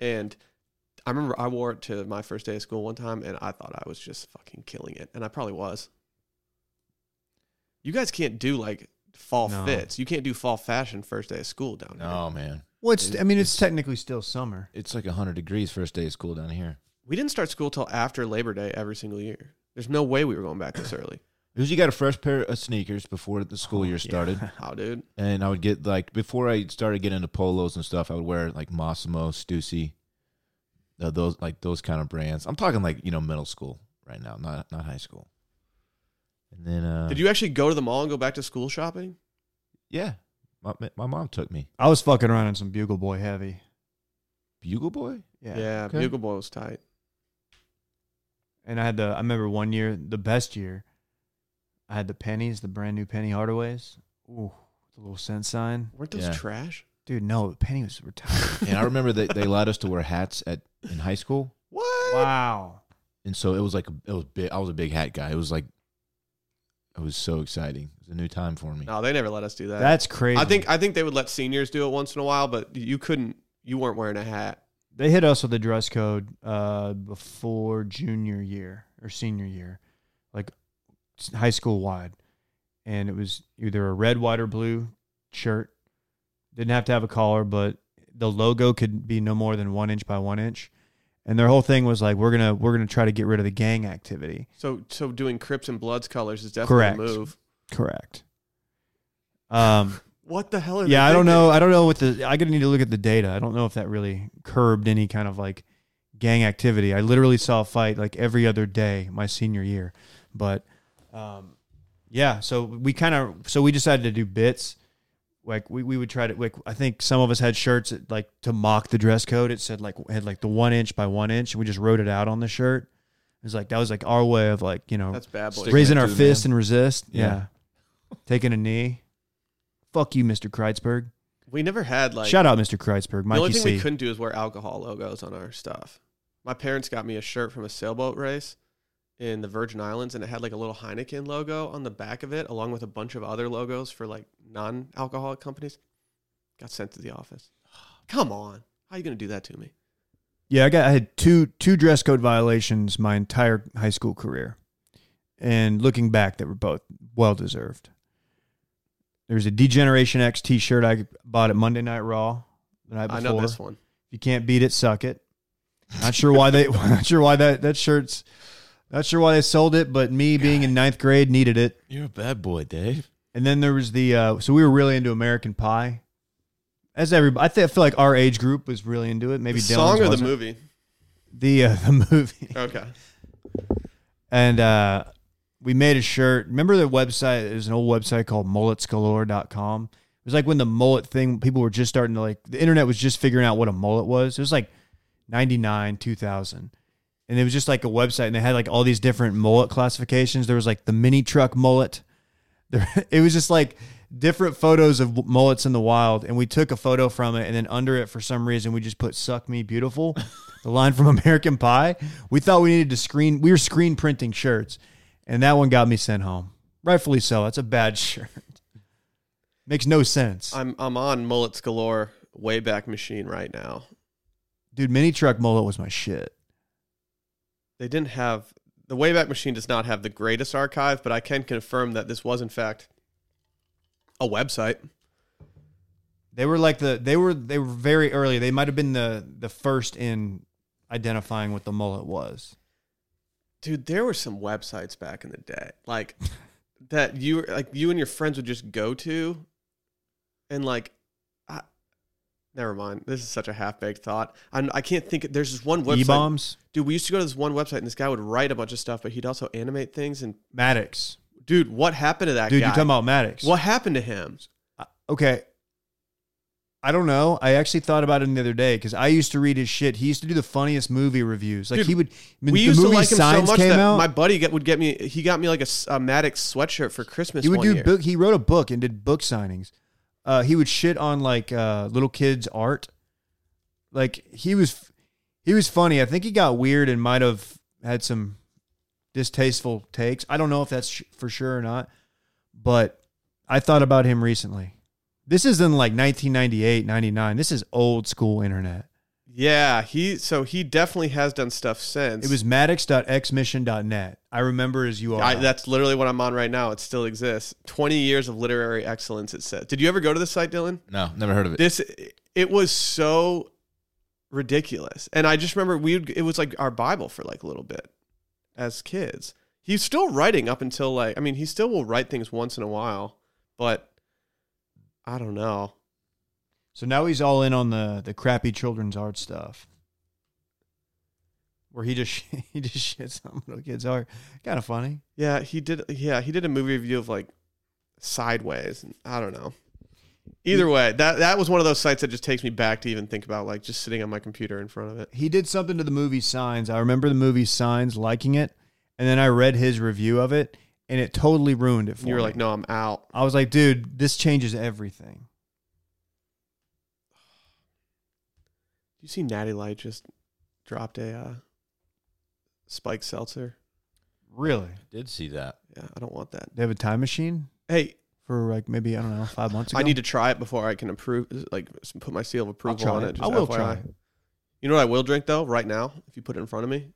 And I remember I wore it to my first day of school one time, and I thought I was just fucking killing it, and I probably was. You guys can't do like fall
No.
fits. You can't do fall fashion first day of school down here.
No man,
Well, it's, I mean, it's,
It's-
technically still summer.
it's like hundred degrees first day of school down here.
We didn't start school till after Labor Day every single year. There's no way we were going back this early.
Because you got a fresh pair of sneakers before the school year started,
How, dude?
and I would get like before I started getting into polos and stuff, I would wear like Massimo, Stussy, uh, those like those kind of brands. I'm talking like you know middle school right now, not not high school. And then uh,
Did you actually go to the mall and go back to school shopping?
Yeah, my my mom took me
I was fucking around in some Bugle Boy heavy.
Bugle Boy.
Yeah.
yeah
Okay.
Bugle Boy was tight.
And I had the. I remember one year, the best year. I had the pennies, the brand new Penny Hardaways. Ooh, the little cent sign,
Weren't those
Yeah.
trash?
dude. No, Penny was retired.
and I remember that they allowed us to wear hats at in high school,
What?
wow.
and so it was like it was big. I was a big hat guy. It was like it was so exciting. It was a new time for me.
No, they never let us do that.
That's crazy.
I think I think they would let seniors do it once in a while, but you couldn't. You weren't wearing a hat.
they hit us with the dress code uh, before junior year or senior year, like s- high school wide, and it was either a red, white, or blue shirt. Didn't have to have a collar, but the logo could be no more than one inch by one inch. And their whole thing was like, we're gonna we're gonna try to get rid of the gang activity.
So so doing Crips and Bloods colors is definitely
Correct.
a move.
Correct. Um.
What the hell? Are
yeah
they
i don't
thinking?
know i don't know what the i gotta need to look at the data i don't know if that really curbed any kind of like gang activity i literally saw a fight like every other day my senior year but um yeah so we kind of so we decided to do bits like we, we would try to like i think some of us had shirts that, like to mock the dress code it said like had like the one inch by one inch and we just wrote it out on the shirt It was like that was like our way of like you know
That's bad boy.
Stick-
raising
it
our
to,
fist
man.
and resist. Yeah.
Yeah.
taking a knee. Fuck you, Mr. Kreitzberg.
we never had like
Shout out, Mr. Kreitzberg.
the only
Mikey
thing
C.
we couldn't do is wear alcohol logos on our stuff. My parents got me a shirt from a sailboat race in the Virgin Islands, and it had like a little Heineken logo on the back of it, along with a bunch of other logos for like non-alcoholic companies. Got sent to the office. Come on, how you gonna do that to me?
Yeah, I got I had two two dress code violations my entire high school career. And looking back, they were both well deserved. There was a Degeneration X t shirt I bought at Monday Night Raw the night before.
I know this one.
If you can't beat it, suck it. Not sure why they not sure why that, that shirt's not sure why they sold it, but me being in ninth grade needed it.
You're a bad boy, Dave.
And then there was the uh, so we were really into American Pie. As everybody, I, thi- I feel like our age group was really into it. Maybe
the
Dylan's
song or the
wasn't.
movie?
The uh, the movie.
Okay,
And uh, we made a shirt. Remember the website? There's an old website called mulletsgalore.com. It was like when the mullet thing, people were just starting to like, the internet was just figuring out what a mullet was. It was like 99, 2000. And it was just like a website, and they had like all these different mullet classifications. There was like the mini truck mullet. There, it was just like different photos of mullets in the wild. And we took a photo from it, and then under it, for some reason, we just put "suck me beautiful," the line from American Pie. We thought we needed to screen. We were screen printing shirts, and that one got me sent home. Rightfully so. That's a bad shirt. Makes no sense,
I'm I'm on Mullets Galore Wayback Machine right now.
dude. Mini truck mullet was my shit.
They didn't have the Wayback Machine does not have the greatest archive, but I can confirm that this was in fact a website.
They were like the they were they were very early. They might have been the the first in identifying what the mullet was.
Dude, there were some websites back in the day. Like that you were like you and your friends would just go to and like I, never mind. This is such a half baked thought. I I can't think there's this one website.
E bombs,
Dude, we used to go to this one website and this guy would write a bunch of stuff, but he'd also animate things and
Maddox,
dude, what happened to that
dude.
guy?
You're talking about Maddox?
What happened to him?
okay. I don't know. I actually thought about him the other day because I used to read his shit. He used to do the funniest movie reviews. Like
Dude,
he would. when
we
the
used to
movie
like him so
Signs
much
came
that
out,
my buddy get, would get me. He got me like a, s- a Maddox sweatshirt for Christmas.
he would
one
do
year.
book. He wrote a book and did book signings. Uh, he would shit on like uh, little kids' art. Like he was, he was funny. I think he got weird and might have had some distasteful takes. I don't know if that's sh- for sure or not, but I thought about him recently. This is in like 1998, 99. This is old school internet.
Yeah, he so he definitely has done stuff since.
It was maddox.xmission.net. I remember as you are.
I, that's literally what I'm on right now. It still exists. Twenty years of literary excellence. It says. Did you ever go to this site, Dylan?
No, never heard of it.
This it was so ridiculous, and I just remember we would, it was like our Bible for like a little bit as kids. He's still writing up until like I mean he still will write things once in a while, but I don't know.
So now he's all in on the the crappy children's art stuff, where he just he just shits on little kids' art. Kind of funny.
Yeah, he did. Yeah, he did a movie review of like Sideways. and I don't know. Either way, that that was one of those sites that just takes me back to even think about like just sitting on my computer in front of it.
He did something to the movie Signs. I remember the movie Signs liking it, and then I read his review of it, and it totally ruined it for
And you were
me.
like, "No, I'm out."
I was like, dude, this changes everything.
You see, Natty Light just dropped a uh, spike seltzer.
Really?
did see that.
Yeah, I don't want that.
They have a time machine
Hey,
for like maybe I don't know five months ago.
I need to try it before I can approve, like s- put my seal of
I'll
approval
try
on
it.
it.
I
just
will
FYI.
try. It.
You know what I will drink though, right now, if you put it in front of me,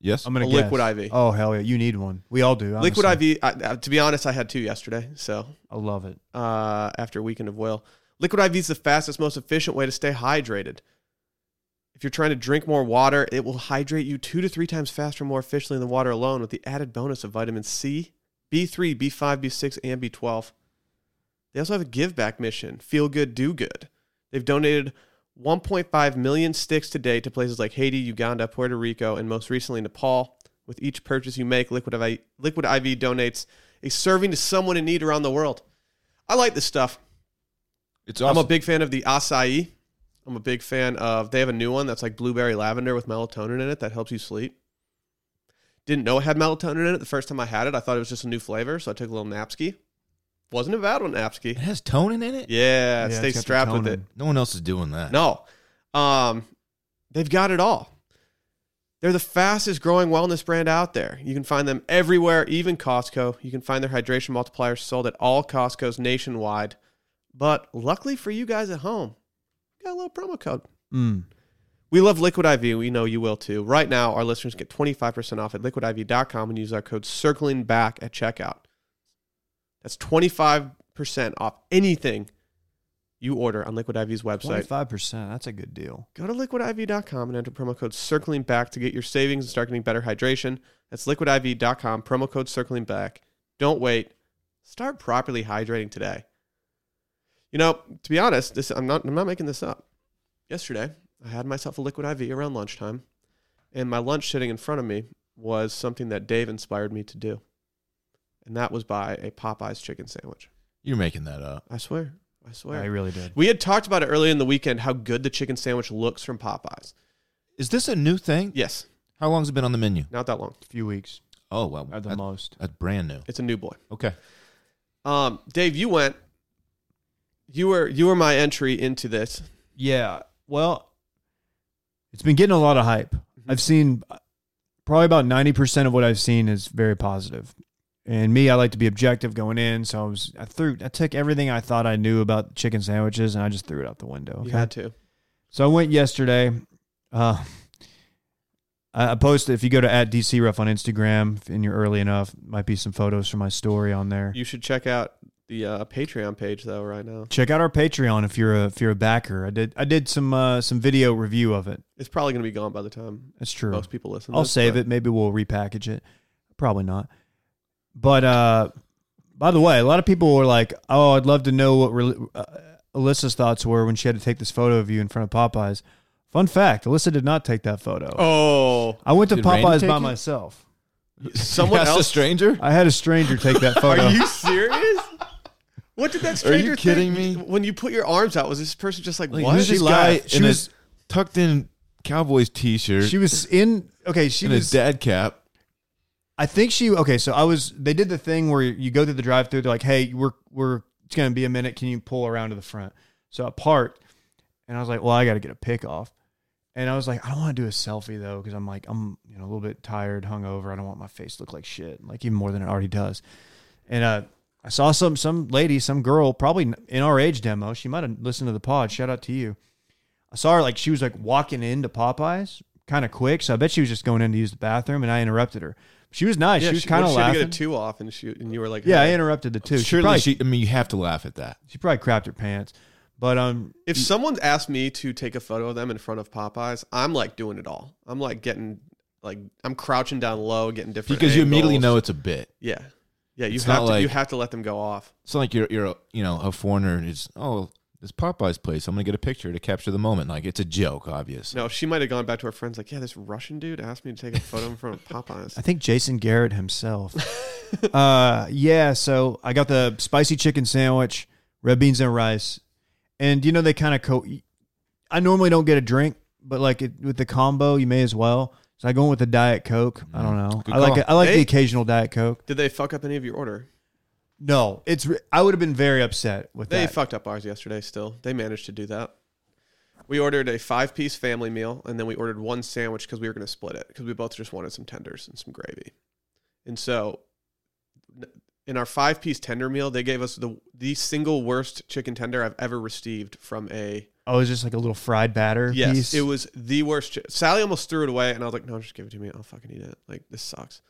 Yes.
I'm gonna
A
guess.
liquid IV.
Oh hell yeah, you need one. We all do. honestly.
liquid IV. I, uh, to be honest, I had two yesterday, so
I love it.
uh, after a weekend of whale. Liquid IV is the fastest, most efficient way to stay hydrated. If you're trying to drink more water, it will hydrate you two to three times faster, more efficiently than water alone, with the added bonus of vitamin C, B3, B5, B6, and B12. They also have a give back mission feel good, do good. They've donated 1.5 million sticks today to places like Haiti, Uganda, Puerto Rico, and most recently Nepal. With each purchase you make, Liquid IV, Liquid IV donates a serving to someone in need around the world. I like this stuff.
It's awesome.
I'm a big fan of the acai. I'm a big fan of. They have a new one that's like blueberry lavender with melatonin in it that helps you sleep. Didn't know it had melatonin in it the first time I had it. I thought it was just a new flavor, so I took a little Napsky. Wasn't a bad one, Napsky.
It has tonin in it.
Yeah,
Yeah,
stay
it's got the
strapped with it.
tonin.
No one else is doing that.
No, um, they've got it all. They're the fastest growing wellness brand out there. You can find them everywhere, even Costco. You can find their hydration multipliers sold at all Costco's nationwide. But luckily for you guys at home, we got a little promo code.
Mm.
We love Liquid IV. We know you will too. Right now, our listeners get 25% off at liquidiv.com and use our code circling back at checkout. That's 25% off anything you order on Liquid IV's website.
Twenty-five percent. That's a good deal.
Go to liquidiv.com and enter promo code circling back to get your savings and start getting better hydration. That's liquidiv.com, promo code circling back. Don't wait. Start properly hydrating today. You know, to be honest, this I'm not I'm not making this up. Yesterday, I had myself a liquid IV around lunchtime, and my lunch sitting in front of me was something that Dave inspired me to do. And that was buy a Popeyes chicken sandwich.
You're making that up.
I swear. I swear.
I really did.
we had talked about it earlier in the weekend how good the chicken sandwich looks from Popeyes.
Is this a new thing?
Yes.
How long's it been on the menu?
Not that long.
A few weeks
Oh well,
at the
that-
most.
that's brand new.
It's a new boy.
Okay.
Um, Dave, you went. You were you were my entry into this.
Yeah. Well, it's been getting a lot of hype. I've seen uh, probably about 90% of what I've seen is very positive. And me, I like to be objective going in, so I was I threw I took everything I thought I knew about chicken sandwiches and I just threw it out the window.
You had to.
So I went yesterday. Uh, I I posted if you go to at DC Ref on Instagram and you're early enough, might be some photos from my story on there.
You should check out the uh, Patreon page though right now.
Check out our Patreon if you're a if you're a backer. I did I did some uh, some video review of it.
It's probably gonna be gone by the time
That's true.
most people listen.
I'll save it. Maybe we'll repackage it. Probably not. But uh, by the way, a lot of people were like, "Oh, I'd love to know what Rel- uh, Alyssa's thoughts were when she had to take this photo of you in front of Popeyes." Fun fact: Alyssa did not take that photo.
Oh,
I went to
Did Randy
Popeyes
take
by
it?
myself.
someone
That's a
else.
stranger.
I had a stranger take that photo.
Are you serious? What did that
Are
stranger?
you kidding
think?
me?
When you put your arms out, was this person just like,
Like,
what?
who's this
She
guy
laughed. She
in
was-
a tucked in Cowboys t-shirt
she was in. Okay, she
and a
was.
dad cap?
I think she. Okay, so I was. They did the thing where you go through the drive-through. They're like, "Hey, we're we're it's gonna be a minute. Can you pull around to the front?" So I parked, and I was like, "Well, I got to get a pick off." And I was like, "I don't want to do a selfie though, because I'm like, I'm you know a little bit tired, hungover. I don't want my face to look like shit, like even more than it already does." And uh, I saw some some lady, some girl, probably in our age demo. She might have listened to the pod. Shout out to you. I saw her like she was like walking into Popeyes kind of quick, so I bet she was just going in to use the bathroom, and I interrupted her. She was nice.
Yeah,
she was
what
kind
if
of
she had to
laughing.
Get a two off and shoot, and you were like,
yeah, I
hey.
interrupted the two. she
Surely
probably,
she. I mean, you have to laugh at that.
she probably crapped her pants, but um,
If someone asked me to take a photo of them in front of Popeyes, I'm like doing it all. I'm like getting like I'm crouching down low, getting different
Because you immediately
angles.
know it's a bit.
Yeah, yeah. You
It's
have to
not like-
you have to let them go off.
It's not like you're you're a, you know a foreigner and it's oh this Popeyes place. I'm gonna get a picture to capture the moment. Like it's a joke, obvious.
No, she might have gone back to her friends like, yeah, this Russian dude asked me to take a photo in front of Popeyes.
I think Jason Garrett himself. uh, yeah, so I got the spicy chicken sandwich, red beans and rice, and you know they kind of co. I normally don't get a drink, but like it, with the combo, you may as well. So I go in with the diet coke. I don't know.
Good
I like
call.
it- I like
Hey.
the occasional diet coke.
Did they fuck up any of your order?
No, it's re- I would have been very upset with
They
that.
fucked up ours yesterday. Still, they managed to do that. We ordered a five-piece family meal, and then we ordered one sandwich because we were going to split it because we both just wanted some tenders and some gravy. And so, n- in our five-piece tender meal, they gave us the the single worst chicken tender I've ever received from a
I was Oh, just like a little fried batter
Yes,
piece.
it was the worst. Chi- Sally almost threw it away, and I was like, "No, just give it to me. I'll fucking eat it. Like this sucks."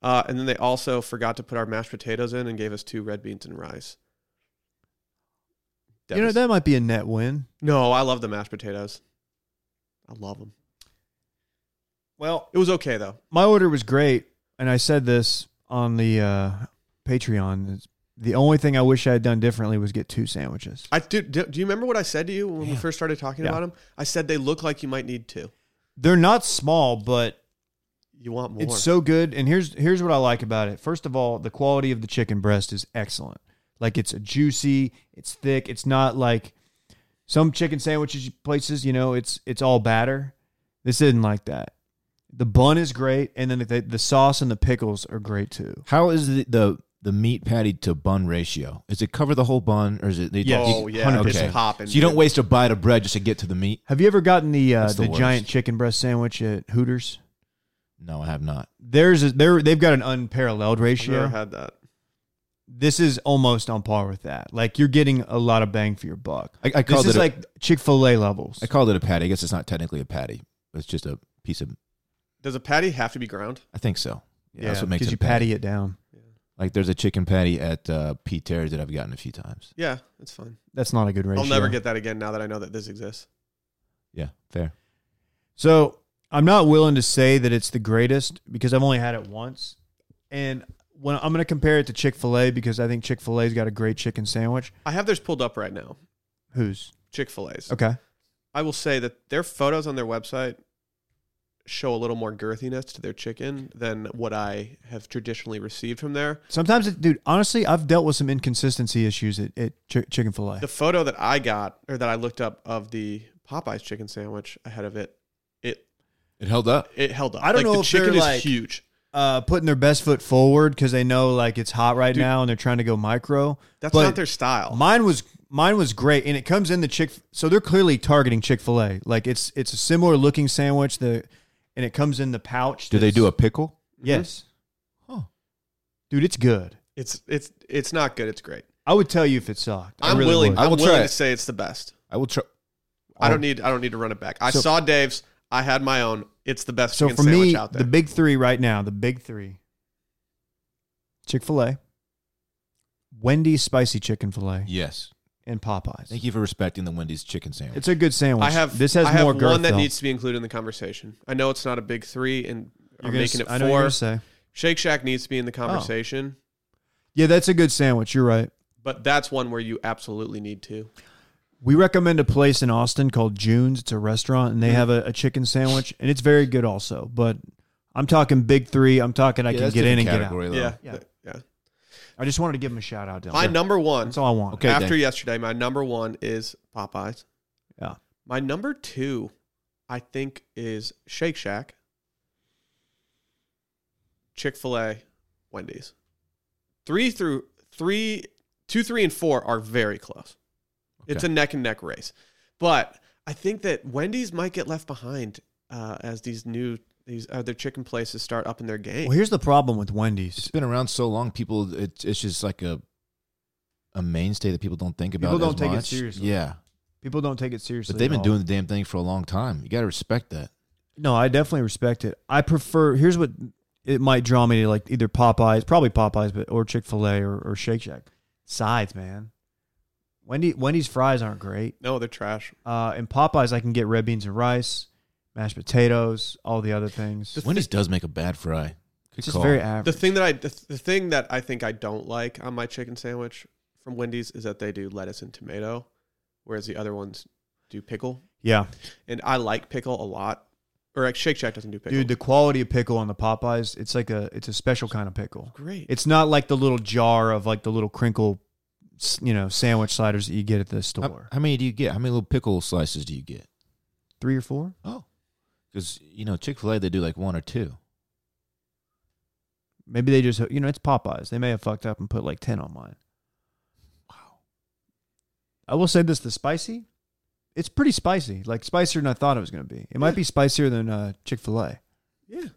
Uh, and then they also forgot to put our mashed potatoes in and gave us two red beans and rice.
you know
Devas-
that might be a net win.
No, I love the mashed potatoes. I love them.
Well,
It was okay though.
my order was great, and I said this on the uh, Patreon. is The only thing I wish I had done differently was get two sandwiches.
I do. Do, do you remember what I said to you when we
Yeah.
first started talking
Yeah.
about them? I said they look like you might need two.
They're not small, but
You want more?
it's so good. And here's here's what I like about it. First of all, the quality of the chicken breast is excellent. Like it's juicy, it's thick. It's not like some chicken sandwiches places. You know, it's it's all batter. This isn't like that. The bun is great, and then the, the sauce and the pickles are great too.
How is the, the the meat patty to bun ratio? Is it cover the whole bun, or is it? They,
Yes.
you-
Oh yeah,
Okay.
it's popping.
So you don't
dude.
waste a bite of bread just to get to the meat?
Have you ever gotten the uh,
That's the
the, giant
worst.
chicken breast sandwich at Hooters?
No, I have not.
There's a, there they've got an unparalleled
I've
ratio.
never had that.
this is almost on par with that. Like you're getting a lot of bang for your buck.
I, I
This
called
is
it. a-
like Chick Fil A levels.
I called it a patty. I guess it's not technically a patty. It's just a piece of.
Does a patty have to be ground?
I think so. Yeah, that's what makes
because
it
you
a patty.
patty it down.
Like there's a chicken patty at uh, Pete Terry's that I've gotten a few times.
Yeah, it's fine.
That's not a good ratio.
I'll never get that again now that I know that this exists.
Yeah, fair.
So I'm not willing to say that it's the greatest because I've only had it once, and when I'm going to compare it to Chick Fil A because I think Chick Fil A's got a great chicken sandwich.
I have theirs pulled up right now.
Who's
Chick Fil A's.
okay?
I will say that their photos on their website show a little more girthiness to their chicken than what I have traditionally received from there.
Sometimes, it, dude. Honestly, I've dealt with some inconsistency issues at, at Chi- Chicken Fil A.
The photo that I got or that I looked up of the Popeyes chicken sandwich ahead of it, it
It held up.
it held up.
I don't
like,
know
the
if
chicken
they're,
is
like-
huge.
Uh, putting their best foot forward because they know like it's hot right
Dude.
now and they're trying to go micro.
That's
but-
not their style.
Mine was mine was great, and it comes in the chick. So they're clearly targeting Chick Fil A. Like it's it's a similar looking sandwich. The and it comes in the pouch.
Do they
that's-
do a pickle?
Yes,
Huh.
dude, it's good.
it's it's it's not good. It's great.
I would tell you if it sucked. I
I'm
really
willing.
would.
I
I'm
will try
willing
it.
to say it's the best.
I will try.
Oh.
I don't need I don't need to run it back. I
So-
saw Dave's. I had my own. It's the best
So
chicken
for
sandwich
me,
out there.
the big three right now, the big three: Chick Fil A, Wendy's spicy chicken fillet,
Yes.
and Popeyes.
Thank you for respecting the Wendy's chicken sandwich.
It's a good sandwich.
I have
this has
I have
more girth.
one that
though.
needs to be included in the conversation. I know it's not a big three, and
You're
I'm
gonna
making
s- Oh.
it
I know what you're
four.
gonna say.
Shake Shack needs to be in the conversation,
Yeah, that's a good sandwich. You're right.
but that's one where you absolutely need to.
We recommend a place in Austin called June's. It's a restaurant, and they have a, a chicken sandwich, and it's very good also. But I'm talking big three. I'm talking I
Yeah,
can
that's
get in and
different category,
get
though.
Yeah,
Yeah.
th- yeah.
out. I just wanted to give them a shout out. Dylan.
My number one
That's all I want.
Okay.
after
Dan.
yesterday. My number one is Popeyes.
Yeah.
My number two, I think, is Shake Shack, Chick Fil A, Wendy's. Three through three, two, three, and four are very close. It's
Okay.
a neck and neck race, but I think that Wendy's might get left behind uh, as these new these other chicken places start upping their game.
Well, here's the problem with
it's
Wendy's.
been around so long. People, it, it's just like a a mainstay that people don't think about.
People don't
as
take it
much.
seriously.
Yeah,
People don't take it seriously.
but they've
at
been
all.
doing the damn thing for a long time. You got to respect that.
No, I definitely respect it. I prefer. Here's what it might draw me to: like either Popeyes, probably Popeyes, but or Chick Fil A or, or Shake Shack. Sides, man. Wendy Wendy's fries aren't great.
no, they're trash.
Uh, in Popeyes, I can get red beans and rice, mashed potatoes, all the other things.
The
Wendy's does make a bad fry. Good
it's just
call.
very average.
The thing that I the, the thing that I think I don't like on my chicken sandwich from Wendy's is that they do lettuce and tomato, whereas the other ones do pickle.
yeah,
And I like pickle a lot. Or like Shake Shack doesn't do pickle.
dude, the quality of pickle on the Popeyes, it's like a it's a special kind of pickle.
great.
It's not like the little jar of like the little crinkle, s- you know, sandwich sliders that you get at the
How,
store.
how many do you get? How many little pickle slices do you get?
Three or four?
Oh, because you know Chick Fil A they do like one or two.
Maybe they just you know it's Popeyes. They may have fucked up and put like ten on mine.
Wow.
I will say this: the spicy, it's pretty spicy, like spicier than I thought it was going to be. It might
Yeah.
be spicier than uh, Chick Fil A.
yeah.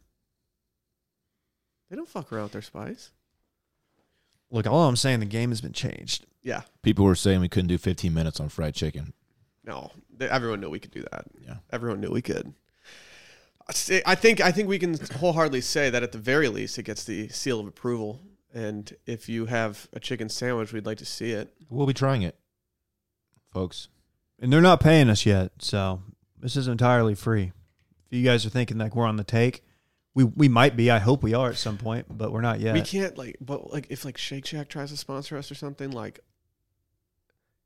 They don't fuck around with their spice.
Look, all I'm saying, the game has been changed.
Yeah.
People were saying we couldn't do 15 minutes on fried chicken.
No. They, everyone knew we could do that.
Yeah.
Everyone knew we could. I say- I think I think we can wholeheartedly say that at the very least it gets the seal of approval. And if you have a chicken sandwich, we'd like to see it.
We'll be trying it, folks.
and they're not paying us yet, so this is entirely free. If you guys are thinking like we're on the take, we we might be. I hope we are at some point, but we're not yet.
We can't like, but like if like Shake Shack tries to sponsor us or something, like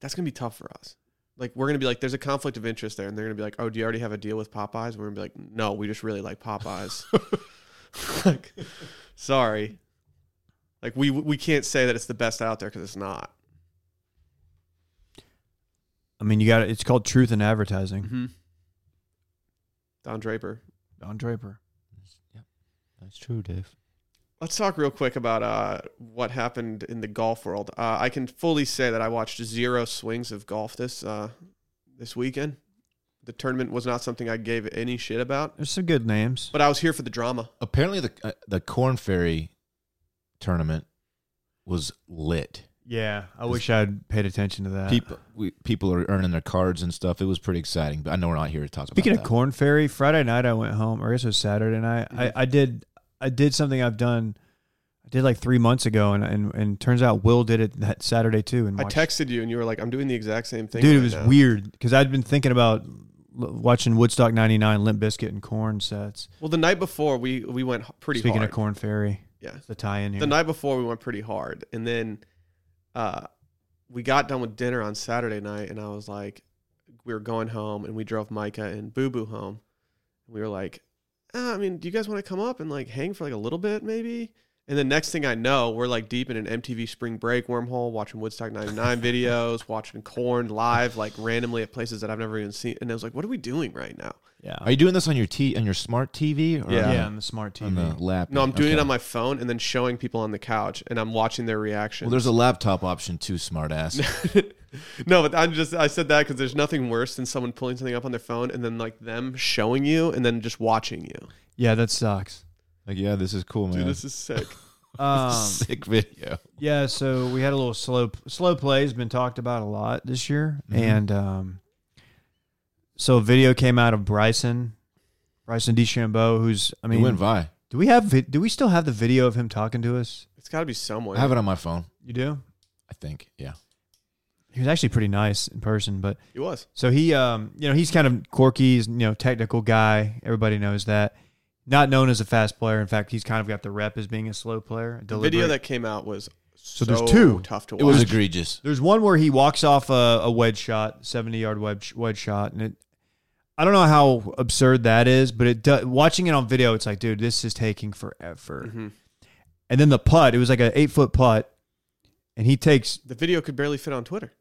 that's gonna be tough for us. Like we're gonna be like, there's a conflict of interest there, and they're gonna be like, oh, do you already have a deal with Popeyes? we're gonna be like, no, we just really like Popeyes. like, sorry. Like we we can't say that it's the best out there because it's not.
I mean, you got it. It's called truth in advertising.
Don Draper.
Don Draper.
That's true, Dave.
Let's talk real quick about uh, what happened in the golf world. Uh, I can fully say that I watched zero swings of golf this uh, this weekend. The tournament was not something I gave any shit about,
There's some good names.
but I was here for the drama.
Apparently, the uh, the Corn Fairy tournament was lit.
Yeah, I wish I'd paid attention to that.
people we, people are earning their cards and stuff. It was pretty exciting, but I know we're not here to talk
Speaking
about
of Corn Fairy, Friday night I went home, or I guess it was Saturday night.
Mhm.
I, I did I did something I've done I did like three months ago and and, and turns out Will did it that Saturday too and
I
watched-
texted you, and you were like, "I'm doing the exact same thing."
Dude, it
right
was
now."
weirdbecause weird because I'd been thinking about l- watching Woodstock ninety nine, Limp Biscuit and Corn sets.
Well, the night before we we went h- pretty
Speaking
hard.
of Corn Fairy.
Yeah.
It's the tie in here.
The night before we went pretty hard, and then uh, we got done with dinner on Saturday night, and I was like, we were going home, and we drove Micah and Boo Boo home. We were like, ah, I mean, do you guys want to come up and like hang for like a little bit, maybe? And the next thing I know, we're like deep in an MTV Spring Break wormhole, watching Woodstock '99 videos, watching Corn live, like randomly at places that I've never even seen. And I was like, what are we doing right now?
yeah.
Are you doing this on your t on your smart TV? Or
Yeah.
on,
yeah, on the smart TV.
on the lap.
No, I'm doing it
Okay.
on my phone and then showing people on the couch, and I'm watching their reaction.
Well, there's a laptop option too, smart ass.
no, but I'm just I said that because there's nothing worse than someone pulling something up on their phone and then like them showing you and then just watching you.
Yeah, that sucks.
like, yeah, this is cool, man.
Dude, this is sick.
Um,
sick video.
yeah, so we had a little slow slow play has been talked about a lot this year,
Mhm.
and um, so a video came out of Bryson, Bryson DeChambeau, who's I
I
mean,
it went by.
do we have vi- do we still have the video of him talking to us?
It's got to be somewhere.
I have it on my phone.
You do.
I think. Yeah.
He was actually pretty nice in person, but
it was.
So he, um, you know, he's kind of quirky. He's you know technical guy. Everybody knows that. Not known as a fast player. In fact, he's kind of got the rep as being a slow player.
The
deliberate.
video that came out was so,
there's two.
tough to watch.
It was egregious.
There's one where he walks off a, a wedge shot, 70 yard wedge wedge shot, and it. I don't know how absurd that is, but it do, watching it on video, it's like, dude, this is taking forever.
Mhm.
And then the putt, it was like an eight foot putt, and he takes
The video could barely fit on Twitter.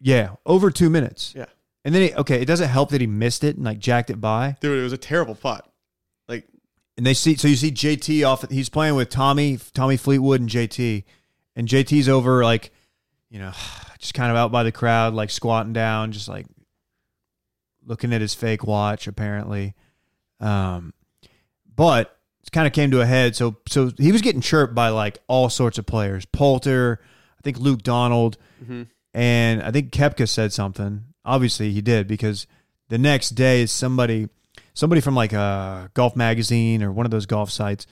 yeah over two minutes.
Yeah.
And then it, okay, it doesn't help that he missed it and like jacked it by.
Dude, it was a terrible putt. Like
and they see so you see JT off he's playing with Tommy Tommy Fleetwood and JT and JT's over like you know just kind of out by the crowd like squatting down just like looking at his fake watch apparently um but it kind of came to a head so so he was getting chirped by like all sorts of players Poulter I think Luke Donald
mhm.
and I think Kepka said something. Obviously, he did because the next day, somebody, somebody from like a golf magazine or one of those golf sites,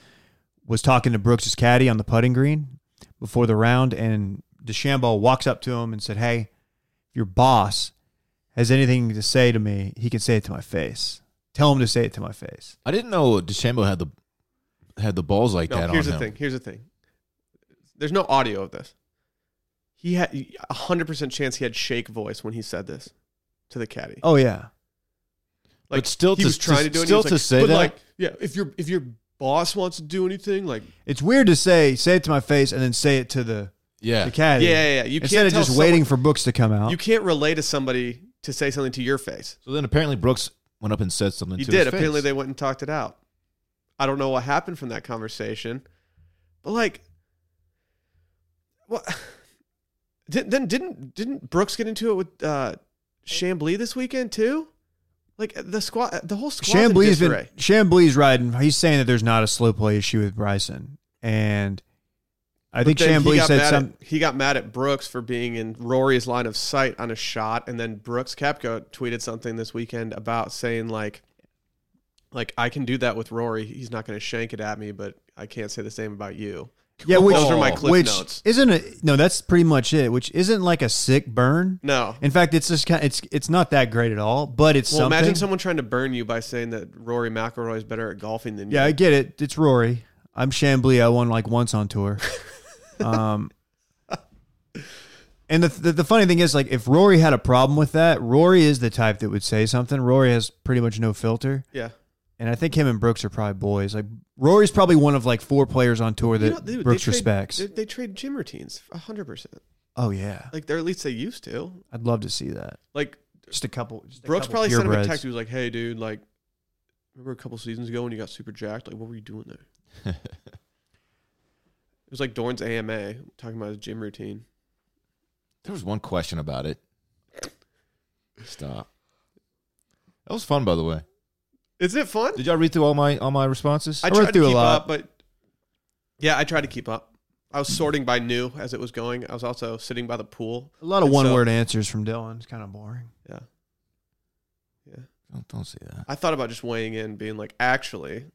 was talking to Brooks's caddy on the putting green before the round, and DeChambeau walks up to him and said, "Hey, if your boss has anything to say to me, he can say it to my face. Tell him to say it to my face."
I didn't know DeChambeau had the had the balls like
no,
that
here's
on
the
him.
thing. Here's the thing. There's no audio of this. He had a 100% chance he had shake voice when he said this to the caddy.
Oh yeah,
Like
But still
he
to-
was trying to,
to-
do it. and he
still
was like,
to say
but
that?
like, yeah, if your if your boss wants to do anything, like,
it's weird to say say it to my face and then say it to the,
Yeah.
the caddy.
yeah, yeah, yeah. you
Instead
can't
of
tell
just
someone-
waiting for Brooks to come out,
You can't relay to somebody to say something to your face.
So then apparently Brooks went up and said something.
You
to
did.
His
Apparently,
face.
they went and talked it out. I don't know what happened from that conversation, but like, what? Did, then didn't didn't Brooks get into it with uh, Chambly this weekend too? Like the squad, the whole squad.
Chambly's been Chambly's riding. He's saying that there's not a slow play issue with Bryson, and I think Chambly said some.
he got mad at Brooks for being in Rory's line of sight on a shot, and then Brooks Kepka tweeted something this weekend about saying like, like I can do that with Rory. He's not going to shank it at me, but I can't say the same about you.
yeah, which,
Those are my clip
which
notes.
isn't a no. That's pretty much it. Which isn't like a sick burn.
No.
In fact, it's just kind. Of, it's it's not that great at all. But it's
Well,
something.
imagine someone trying to burn you by saying that Rory McIlroy is better at golfing than you.
yeah, I get it. It's Rory. I'm Chambly. I won like once on tour. um, and the, the the funny thing is, like, if Rory had a problem with that, Rory is the type that would say something. Rory has pretty much no filter.
yeah.
and I think him and Brooks are probably boys. Like Rory's probably one of like four players on tour that
You know, dude, they
Brooks
trade-
respects.
They, they trade gym routines, hundred percent.
oh yeah,
Like, they're at least they used to.
I'd love to see that.
Like,
Just a couple. Just a
Brooks
couple
probably sent him a
purebreds.
text. He was like, "Hey, dude, like, remember a couple seasons ago when you got super jacked? Like, what were you doing there?" It was like Dorn's AMA talking about his gym routine.
There was one question about it. Stop. That was fun, by the way.
Is it fun?
Did y'all read through all my all my responses?
I
read
tried to
through a
keep
lot.
up, but yeah, I tried to keep up. I was sorting by new as it was going. I was also sitting by the pool.
A lot of
And so-
one word answers from Dylan. It's kind of boring.
Yeah. Yeah.
don't, don't say that.
I thought about just weighing in, being like, actually,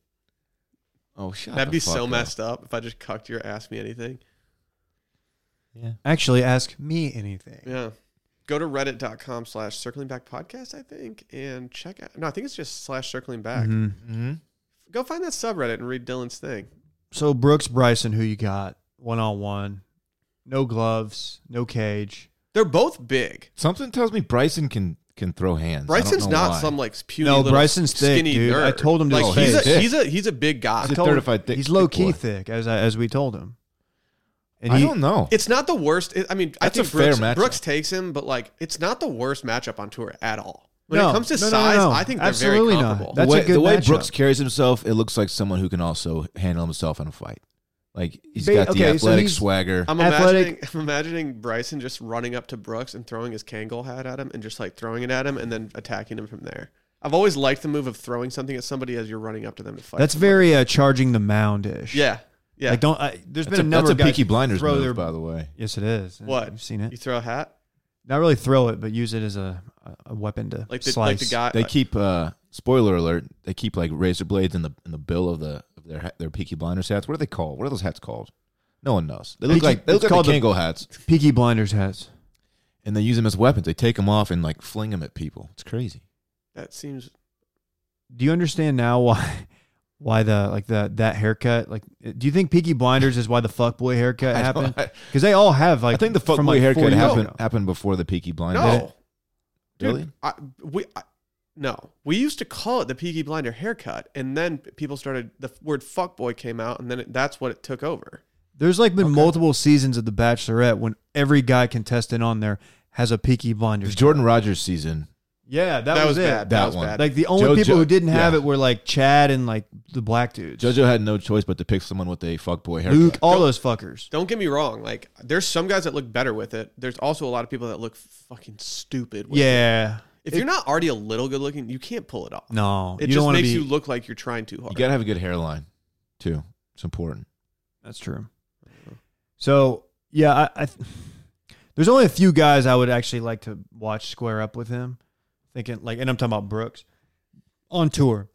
Oh, shut
that'd
the
be
fuck
so
up.
messed up if I just cucked your ask me anything.
Yeah.
Actually, ask me anything.
Yeah. Go to reddit.com slash circling back podcast, I think, and check out. No, I think it's just slash circling back.
Mhm.
Mm-hmm.
Go find that subreddit and read Dylan's thing.
So Brooks Bryson, who you got one on one, no gloves, no cage.
They're both big.
Something tells me Bryson can can throw hands. I don't
Bryson's
know
not
why.
some like puny
No,
little
Bryson's thick,
skinny
dude. I
nerd.
told him to
like he's,
his face.
a, he's a he's a big guy.
He's a
Told him-
certified thick-
He's
thick
low key
boy.
thick, as I, as we told him. And
I
he,
don't know.
It's not the worst. I mean, I
That's a
think
fair
Brooks,
matchup.
Brooks takes him, but like, it's not the worst matchup on tour at all. When
No,
it comes to
no, no,
size,
no.
I think they're
Absolutely
very
not.
comparable.
That's
the way,
a good
the way
matchup.
Brooks carries himself, it looks like someone who can also handle himself in a fight. Like he's
Ba-
got
okay, so
the athletic
he's-
swagger.
I'm
Athletic-
imagining, I'm imagining Bryson just running up to Brooks and throwing his Kangol hat at him, and just like throwing it at him, and then attacking him from there. I've always liked the move of throwing something at somebody as you're running up to them to fight.
That's
somebody.
very uh, charging the mound ish.
yeah, yeah.
Like don't. I, there's
that's
been
a,
a number
that's a
of guys
Peaky Blinders
throw
move,
their-
by the way.
Yes, it is.
What?
I've seen
you
it.
throw a hat
Not really throw it, but use it as a a- a weapon to
like the
slice.
like the guy.
They keep uh, spoiler alert. They keep like razor blades in the in the bill of the of their ha- their Peaky Blinders hats. What are they called? What are those hats called? No one knows. They look
Peaky-
like they look
it's
like the
called
Kango hats,
Peaky Blinders hats.
and they use them as weapons. They take them off and like fling them at people. It's crazy.
that seems
Do you understand now why why the like the that haircut? Like, do you think Peaky Blinders is why the fuckboy haircut
I don't-
happened?
I,
Because they all have like
I think the
from, like,
fuckboy
four
haircut
years
happened
ago.
happened before the Peaky Blinders.
no, dude.
really?
I, we I, no, we used to call it the Peaky Blinder haircut, and then people started the word fuckboy came out, and then it, that's what it took over.
There's like been multiple seasons of The Bachelorette when every guy contestant on there has a Peaky
It was
Blinders.
Jordan Rogers season.
Yeah, that,
That,
was,
was,
it.
bad.
That
was
one.
bad.
Like the only
Joe-
people
Joe-
who didn't have
yeah.
it were like Chad and like the black dudes.
JoJo had no choice but to pick someone with a fuckboy haircut.
Luke, all those fuckers.
Don't get me wrong. Like, there's some guys that look better with it. There's also a lot of people that look fucking stupid. With it.
Yeah.
If you're not already a little good looking, you can't pull it off.
No,
It
you don't
just
want to
makes
be.
you look like you're trying too hard.
You gotta have a good hairline, too. It's important.
That's true. So yeah, I, I th- there's only a few guys I would actually like to watch square up with him. Thinking like, and I'm talking about Brooks on tour.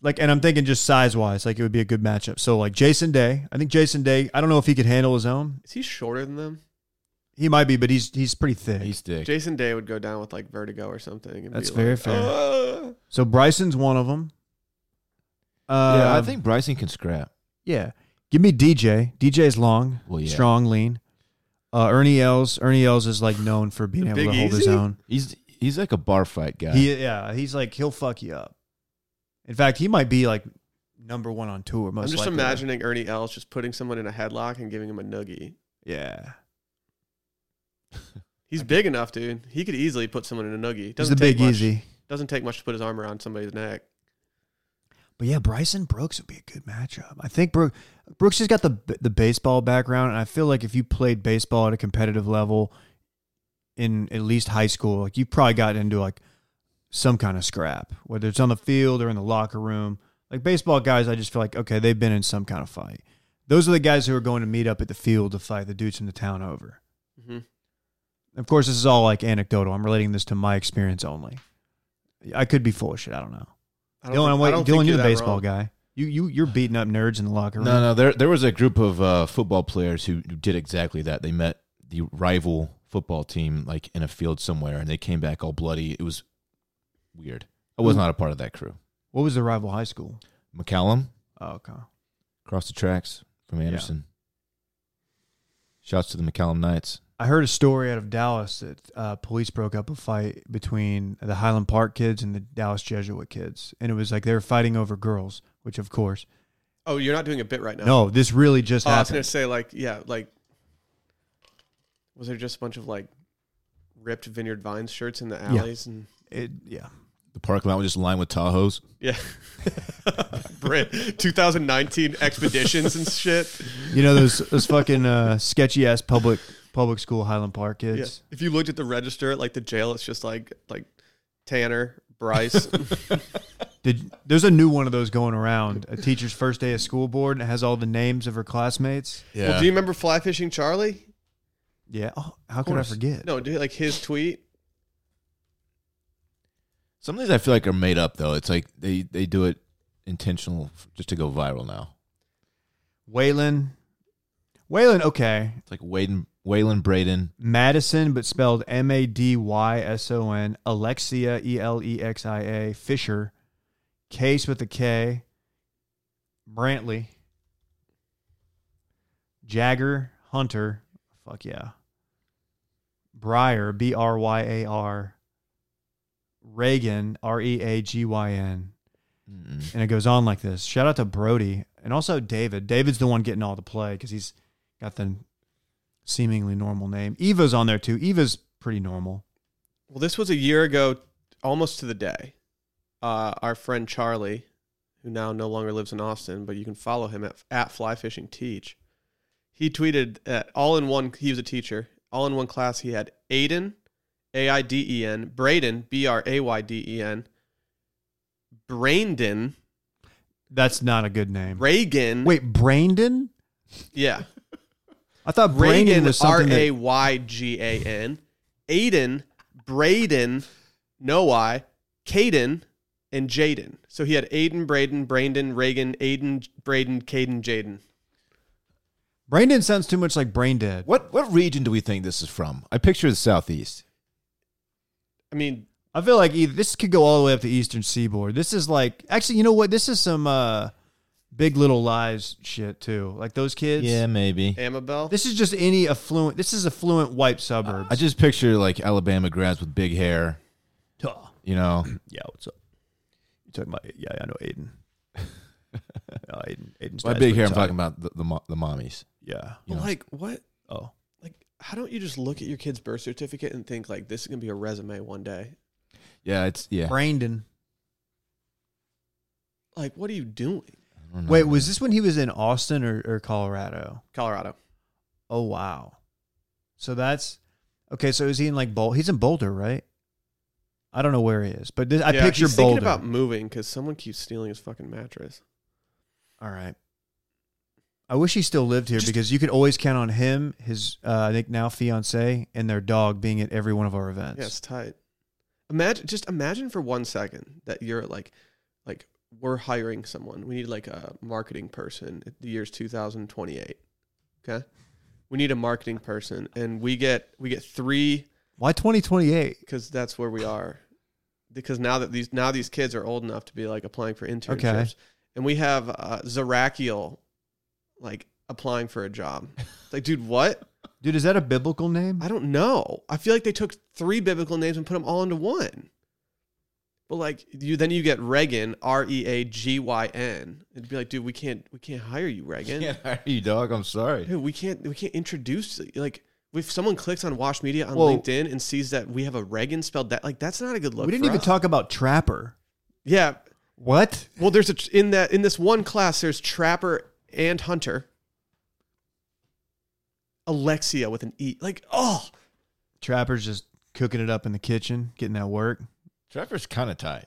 Like, and I'm thinking just size wise, like it would be a good matchup. So like Jason Day, I think Jason Day. I don't know if he could handle his own.
Is he shorter than them?
He might be, but he's he's pretty thick.
He's thick.
Jason Day would go down with like vertigo or something. And
That's
be
very
like, "Ah."
fair.
"Ugh."
so Bryson's one of them. Uh,
yeah, I think Bryson can scrap.
yeah. Give me DJ. DJ's long,
Well, yeah.
strong, lean. Uh, Ernie Els. Ernie Els is like known for being able to
Big
hold his
Easy?
own.
He's he's like a bar fight guy.
He yeah, he's like he'll fuck you up. In fact, he might be like number one on tour. Most
I'm just
likely.
imagining Ernie Els just putting someone in a headlock and giving him a noogie.
Yeah,
He's big enough, dude. He could easily put someone in a noogie.
he's
Doesn't
the
take
big
much.
easy.
Doesn't take much to put his arm around somebody's neck.
But yeah, Bryson Brooks would be a good matchup. I think Brooks Brooks has got the the baseball background, and I feel like if you played baseball at a competitive level in at least high school, like you probably got into like some kind of scrap, whether it's on the field or in the locker room. Like baseball guys, I just feel like okay, they've been in some kind of fight. Those are the guys who are going to meet up at the field to fight the dudes from the town over.
hmm
Of course, this is all like anecdotal. I'm relating this to my experience only. I could be full of shit. I don't know.
I
Dylan, I'm
think- I
wait-
don't
Dylan,
think
you're the
that
baseball
wrong.
guy. You you you're beating up nerds in the locker room.
no, no. There there was a group of uh, football players who who did exactly that. They met the rival football team like in a field somewhere, and they came back all bloody. It was weird. I was
Who-
not a part of that crew.
What was the rival high school?
McCallum
Oh, okay.
across the tracks from Anderson. Shouts to the McCallum Knights.
I heard a story out of Dallas that uh, police broke up a fight between the Highland Park kids and the Dallas Jesuit kids, and it was like they were fighting over girls, which of course,
Oh, you're not doing a bit right now.
no, this really just
Oh, I was
happened.
gonna say like yeah, like was there just a bunch of like ripped Vineyard Vines shirts in the alleys and
It, yeah,
The parking lot was just lined with Tahoes.
yeah, Brit, 2019 expeditions and shit.
You know those those fucking uh, sketchy ass public public school Highland Park kids.
Yeah. If you looked at the register at like the jail, it's just like like Tanner, Bryce.
Did there's a new one of those going around? A teacher's first day of school board, and it has all the names of her classmates.
Yeah.
Well, do you remember fly fishing Charlie?
Yeah. Oh, how could I
course.
forget?
No, dude, like his tweet.
Some of these I feel like are made up though. It's like they they do it intentional f- just to go viral now.
Waylon. Waylon. Okay.
It's like Waylon Waylon Braden.
Madison, but spelled M A D Y S O N. Alexia, E L E X I A. Fisher. Case with a K. Brantley. Jagger. Hunter. Fuck yeah. Briar, B R Y A R. Reagan, R E A G Y N.
Mm-mm.
And it goes on like this. Shout out to Brody and also David. David's the one getting all the play because he's got the seemingly normal name. Eva's on there too. Eva's pretty normal.
Well, this was a year ago, almost to the day. Uh, our friend Charlie, who now no longer lives in Austin, but you can follow him at, at Fly Fishing Teach. He tweeted that all in one, he was a teacher, all in one class, he had Aiden, A I D E N, Braden, B R A Y D E N, Brandon,
That's not a good name.
Reagan.
Wait, Brandon?
Yeah.
I thought Brandon
Reagan,
was
R
something
A
that,
Y G A N, Aiden, Braden, Noai, Caden, and Jaden. So he had Aiden, Braden, Brandon, Reagan, Aiden, Braden, Caden, Jaden.
Brandon sounds too much like brain dead.
What what region do we think this is from? I picture the southeast.
I mean,
I feel like either this could go all the way up the eastern seaboard. This is like actually, you know what? This is some uh big little lies shit too. Like those kids.
yeah, maybe.
Amabel.
This is just any affluent this is affluent white suburbs.
I just picture like Alabama grads with big hair.
just
You know,
Yeah, what's up? You talking about? Yeah, I know Aiden. uh, Aiden, Aiden's
by
dad's
big hair, I'm
pretty
talking about the the, mo- the mommies.
tight.
you know.
like, what?
Yeah. Oh,
Like, how don't you just look at your kid's birth certificate and think, like, this is going to be a resume one day?
Yeah, it's yeah. Mm-hmm.
Brandon.
Like, what are you doing?
I don't know.
Wait, was this when he was in Austin or, or Colorado?
Colorado.
Oh wow. So that's okay. So is he in like Boulder? He's in Boulder, right? I don't know where he is, but this, I
Yeah,
picture
he's
Boulder.
thinking about moving because someone keeps stealing his fucking mattress.
All right. I wish he still lived here
Just-
because you could always count on him, his uh, I think now fiance, and their dog being at every one of our events.
Yeah, it's tight. Imagine just imagine for one second that you're like like we're hiring someone. We need like a marketing person. The year's 2028. Okay? We need a marketing person and we get we get 3
Why twenty twenty eight?
cuz that's where we are. Because now that these now these kids are old enough to be like applying for internships. And we have uh Zarachiel like applying for a job. It's like dude, what?
Dude, is that a biblical name?
I don't know. I feel like they took three biblical names and put them all into one. But like you, then you get Reagan, R E A G Y N. It'd be like, dude, we can't, we can't hire you, Reagan.
Can't hire you, dog. I'm sorry.
Dude, we can't, we can't introduce like if someone clicks on Wash Media on
Whoa.
LinkedIn and sees that we have a Reagan spelled that, like that's not a good look.
we didn't
for
even
us.
talk about Trapper.
Yeah,
What?
well, there's a in that in this one class, there's Trapper and Hunter. Alexia with an E, like oh,
Trapper's just cooking it up in the kitchen, getting that work.
Trevor's kind of tight.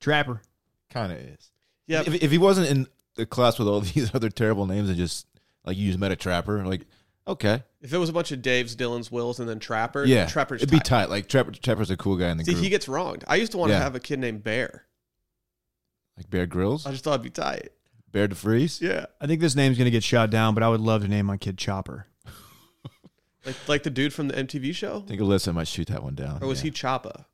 Trapper.
Kind of is.
yeah.
If, if he wasn't in the class with all these other terrible names and just like you just met a trapper, like okay,
If it was a bunch of Dave's, Dylan's, Will's, and then Trapper,
yeah,
Trapper's
it'd be
tight.
tight. Like Trapper, Trapper's a cool guy in the
See,
group.
he gets wronged. I used to want
Yeah.
to have a kid named Bear.
like Bear Grylls,
I just thought it'd be tight.
Bear DeFreeze.
Yeah,
I think this name's gonna get shot down, but I would love to name my kid Chopper.
like like the dude from the MTV show,
I think Alyssa might shoot that one down.
or was
yeah.
he Choppa?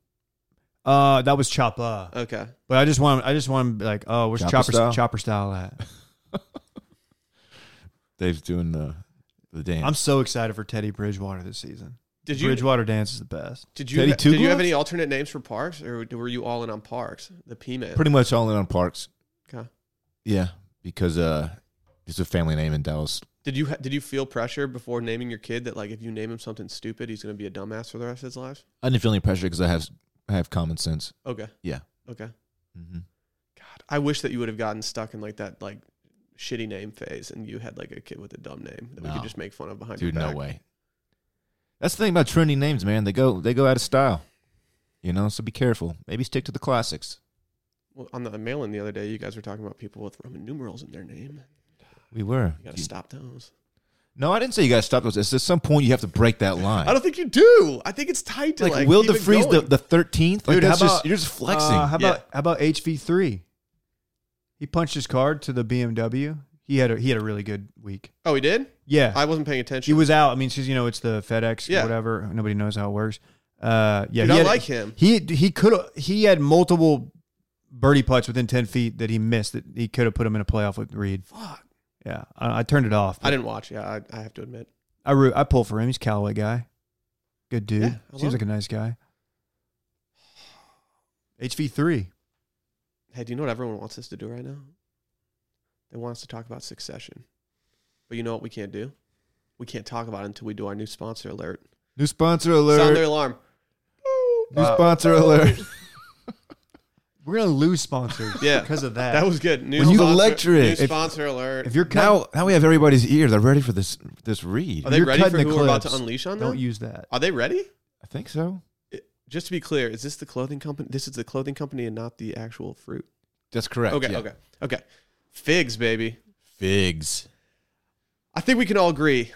Uh, that was Choppa.
Okay,
But I just want, I just want to be like, oh, where's
Chopper
Chopper,
style?
Chopper style at?
Dave's doing the the dance.
I'm so excited for Teddy Bridgewater this season.
did you
Bridgewater dance is the best.
did you
Teddy
did
Two
you have
Gloves?
any alternate names for parks, or were you all in on parks? The P man.
pretty much all in on Parks.
Okay.
Yeah, because uh, it's a family name in Dallas.
Did you ha- did you feel pressure before naming your kid that like if you name him something stupid, he's gonna be a dumbass for the rest of his life?
I didn't feel any pressure because I have I have common sense.
Okay.
Yeah.
Okay.
Mm-hmm.
God, I wish that you would have gotten stuck in like that like shitty name phase, and you had like a kid with a dumb name that we
No.
could just make fun of behind.
Dude,
your
no
back.
way. That's the thing about trendy names, man. They go they go out of style. You know, so be careful. Maybe stick to the classics.
Well, on the mail-in the other day, you guys were talking about people with Roman numerals in their name.
We were.
You gotta stop those.
No, I didn't say you got to stop those. It's at some point you have to break that line.
I don't think you do. I think it's tight to
like,
like,
Will
keep it
DeFreeze the
going.
the thirteenth. Like
Dude, how
that's just
about-
you're just flexing.
Uh, how
Yeah.
about how about HV three? He punched his card to the BMW. He had a he had a really good week.
oh, he did.
Yeah,
I wasn't paying attention.
he was out. I mean, because you know it's the FedEx,
Yeah.
whatever. Nobody knows how it works. Uh, yeah,
Dude,
he
I
had-
like him.
He he could he had multiple birdie putts within ten feet that he missed that he could have put him in a playoff with Reed.
Fuck.
Yeah, I, I turned it off.
I didn't watch. Yeah, I, I have to admit.
I root, I pull for him. He's a Callaway guy. Good dude.
Yeah, I love
Seems like a nice guy. HV three.
Hey, do you know what everyone wants us to do right now? They want us to talk about Succession. But you know what we can't do? We can't talk about it until we do our new sponsor alert.
New sponsor
Sound uh, the
alert.
alarm.
New sponsor alert.
We're gonna lose sponsors
Yeah.
because of that.
That was good. New
When you
sponsor,
lecture
New
it, if-
sponsor alert.
if you're cut,
Now, now we have everybody's ear. They're ready for this this read.
Are they
you're
ready for
cutting
who
the
we're about
clips.
to unleash on
don't
them?
use that.
Are they ready?
I think so.
Just to be clear, is this the clothing company? This is the clothing company and not the actual fruit.
That's correct.
Okay,
yeah.
okay, okay. Figs, baby.
Figs.
I think we can all agree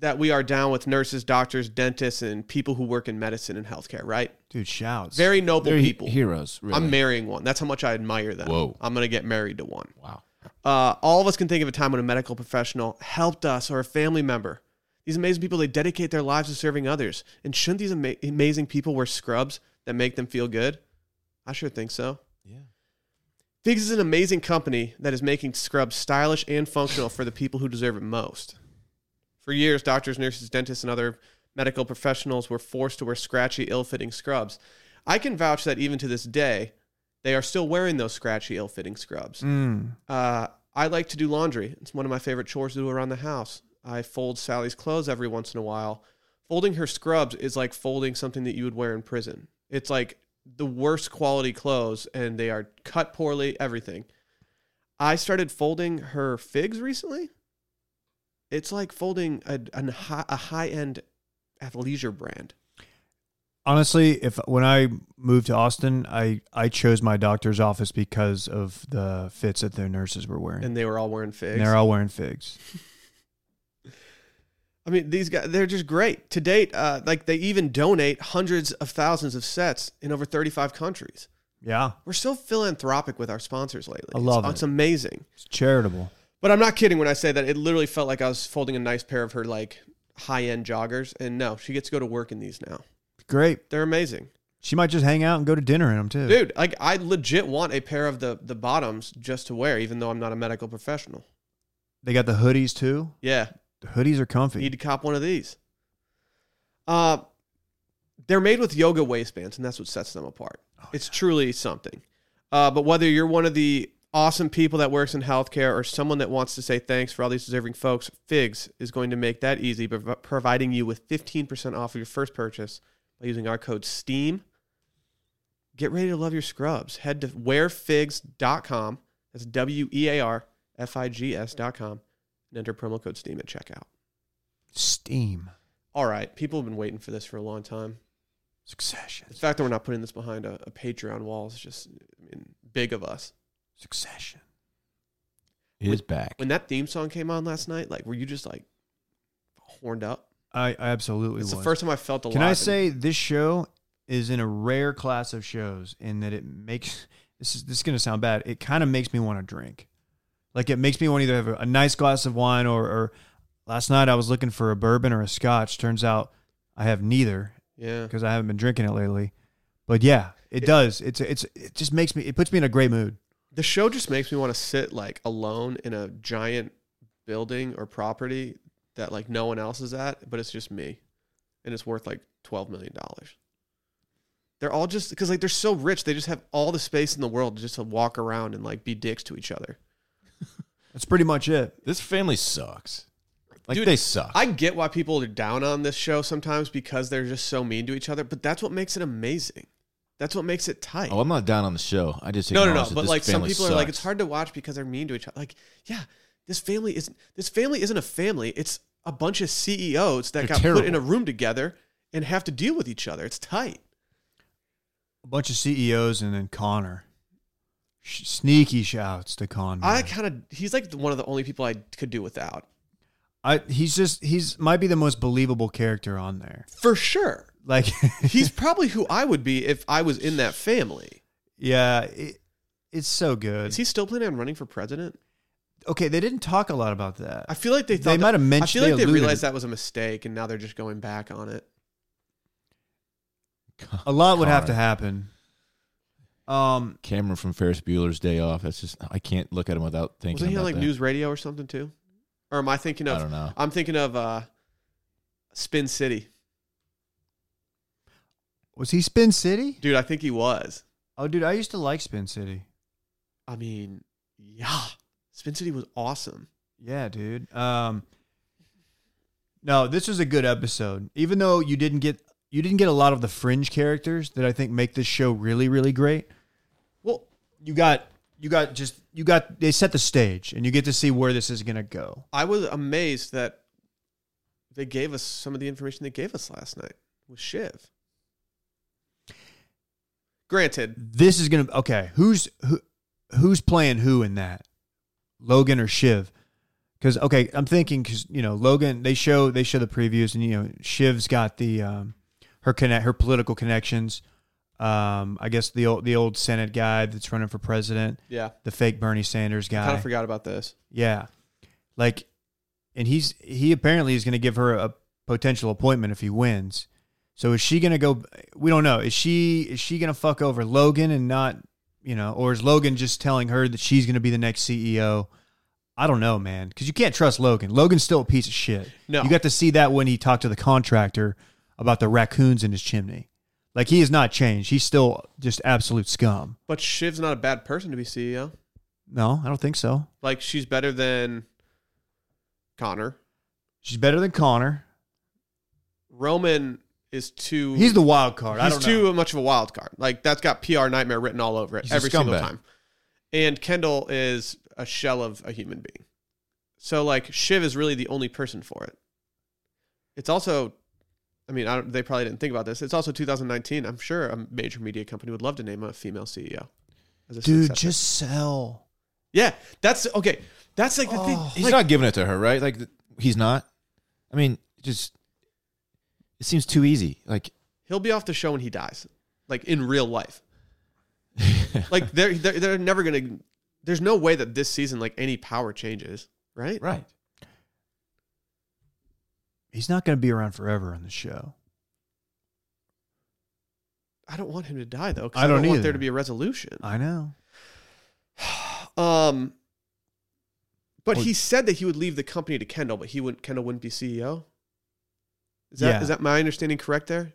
that we are down with nurses, doctors, dentists, and people who work in medicine and healthcare, right?
Dude, shouts.
Very noble
They're he-
people.
heroes. Really.
I'm marrying one. That's how much I admire them.
Whoa.
I'm going to get married to one.
Wow.
Uh, all of us can think of a time when a medical professional helped us or a family member. These amazing people, they dedicate their lives to serving others. And shouldn't these ama- amazing people wear scrubs that make them feel good? I sure think so.
Yeah.
Figs is an amazing company that is making scrubs stylish and functional for the people who deserve it most. For years, doctors, nurses, dentists, and other medical professionals were forced to wear scratchy, ill fitting scrubs. I can vouch that even to this day, they are still wearing those scratchy, ill fitting scrubs.
Mm.
Uh, I like to do laundry. It's one of my favorite chores to do around the house. I fold Sally's clothes every once in a while. Folding her scrubs is like folding something that you would wear in prison. It's like the worst quality clothes and they are cut poorly, everything. I started folding her figs recently. It's like folding a, an hi- a high end athleisure brand.
Honestly, if when I moved to Austin, I I chose my doctor's office because of the fits that their nurses were wearing.
And they were all wearing figs.
And they're all wearing figs.
I mean, these guys, they're just great. To date, uh, like they even donate hundreds of thousands of sets in over 35 countries.
Yeah,
We're so philanthropic with our sponsors lately.
I love
it's,
it.
It's amazing.
it's charitable.
But I'm not kidding when I say that it literally felt like I was folding a nice pair of her like high end joggers. And no, she gets to go to work in these now.
Great.
They're amazing.
She might just hang out and go to dinner in them too.
Dude, like I legit want a pair of the the bottoms just to wear, even though I'm not a medical professional.
They got the hoodies too.
Yeah.
The hoodies are comfy.
Need to cop one of these. Uh, they're made with yoga waistbands, and that's what sets them apart. it's truly something. Uh, but whether you're one of the awesome people that works in healthcare or someone that wants to say thanks for all these deserving folks, Figs is going to make that easy by prov- providing you with 15% off of your first purchase by using our code STEAM. Get ready to love your scrubs. Head to wearfigs.com. That's W E A R F I G S.com and enter promo code STEAM at checkout.
Steam.
All right, people have been waiting for this for a long time.
Succession.
The fact that we're not putting this behind a, a Patreon wall is just I mean, big of us.
Succession.
It is back.
When that theme song came on last night, like, were you just like horned up?
I, I absolutely
it's
was.
the first time I felt alive.
Can I
and-
say this show is in a rare class of shows in that it makes this is this is gonna sound bad. It kind of makes me want to drink. Like it makes me want to either have a, a nice glass of wine or, or last night I was looking for a bourbon or a scotch. Turns out I have neither
Yeah.
because I haven't been drinking it lately. But yeah, it,
It-
does. It's it's it just makes me it puts me in a great mood.
The show just makes me want to sit like alone in a giant building or property that like no one else is at, but it's just me. And it's worth like $12 million. They're all just because like they're so rich, they just have all the space in the world just to walk around and like be dicks to each other.
That's pretty much it.
this family sucks. Like
Dude,
they suck.
I get why people are down on this show sometimes because they're just so mean to each other, but that's what makes it amazing. That's what makes it tight.
Oh, I'm not down on the show. I just
no, no,
acknowledge
no.
that
But
this
like some
family
people are like,
sucks.
it's hard to watch because they're mean to each other. Like, yeah, this family isn't this family isn't a family. It's a bunch of CEOs that
They're
got put in
terrible.
a room together and have to deal with each other. It's tight.
A bunch of CEOs and then Connor. Sh- sneaky shouts to Connor.
I kind of he's like the- one of the only people I could do without
I he's just he's might be the most believable character on there.
for sure.
Like
He's probably who I would be if I was in that family.
yeah, it, it's so good.
Is he still planning on running for president?
okay, they didn't talk a lot about that.
I feel like they
They
thought that-
might have mentioned-
I
they
feel like they
alluded-
realized that was a mistake, and now they're just going back on it.
a lot would have to
Connor.
happen. Um
Cameron from Ferris Bueller's Day Off. That's just I can't look at him without thinking.
Wasn't he on
about
like
that.
news radio or something too? Or am I thinking
I
of?
don't know.
I'm thinking of uh, Spin City,
was he Spin City?
dude. I think he was.
Oh dude, I used to like Spin City.
I mean, yeah, Spin City was awesome.
Yeah, dude. Um No, this was a good episode. Even though you didn't get you didn't get a lot of the fringe characters that I think make this show really really great.
Well,
You got you got just you got they set the stage and you get to see where this is going to go.
I was amazed that they gave us some of the information they gave us last night with Shiv. Granted,
This is going to okay, who's who who's playing who in that? Logan or Shiv? Cuz okay, I'm thinking cuz you know, Logan they show they show the previews and you know, Shiv's got the um her connect her political connections. Um I guess the old the old Senate guy that's running for president,
yeah,
the fake Bernie Sanders guy.
kind of forgot about this.
Yeah. Like and he's he apparently is going to give her a potential appointment if he wins. So is she going to go we don't know. Is she is she going to fuck over Logan and not, you know, or is Logan just telling her that she's going to be the next CEO? I don't know, man, cuz you can't trust Logan. Logan's still a piece of shit.
No.
You got to see that when he talked to the contractor about the raccoons in his chimney. Like he has not changed. He's still just absolute scum.
But Shiv's not a bad person to be E CEO.
No, I don't think so.
Like she's better than Connor.
She's better than Connor.
Roman is too.
He's the wild card. I
He's
don't know.
too much of a wild card. Like that's got PR nightmare written all over it
He's a
every single
scumbag.
time. And Kendall is a shell of a human being. So like Shiv is really the only person for it. It's also, I mean, I don't, they probably didn't think about this. It's also 2019. I'm sure a major media company would love to name a female CEO. As a
Dude,
successor.
just sell.
yeah, that's okay. That's like the
Oh.
thing.
He's
Like,
not giving it to her, right? Like th- he's not. I mean, just it seems too easy. Like
he'll be off the show when he dies, like in real life. like they're, they're they're never gonna. There's no way that this season like any power changes, right?
right.
He's not going to be around forever on the show.
I don't want him to die though. 'cause
I
I don't,
don't
want there
either.
to be a resolution.
I know.
Um, but
Well-
he said that he would leave the company to Kendall, but he wouldn't. Kendall wouldn't be CEO. Is that is
Yeah.
that my understanding correct there?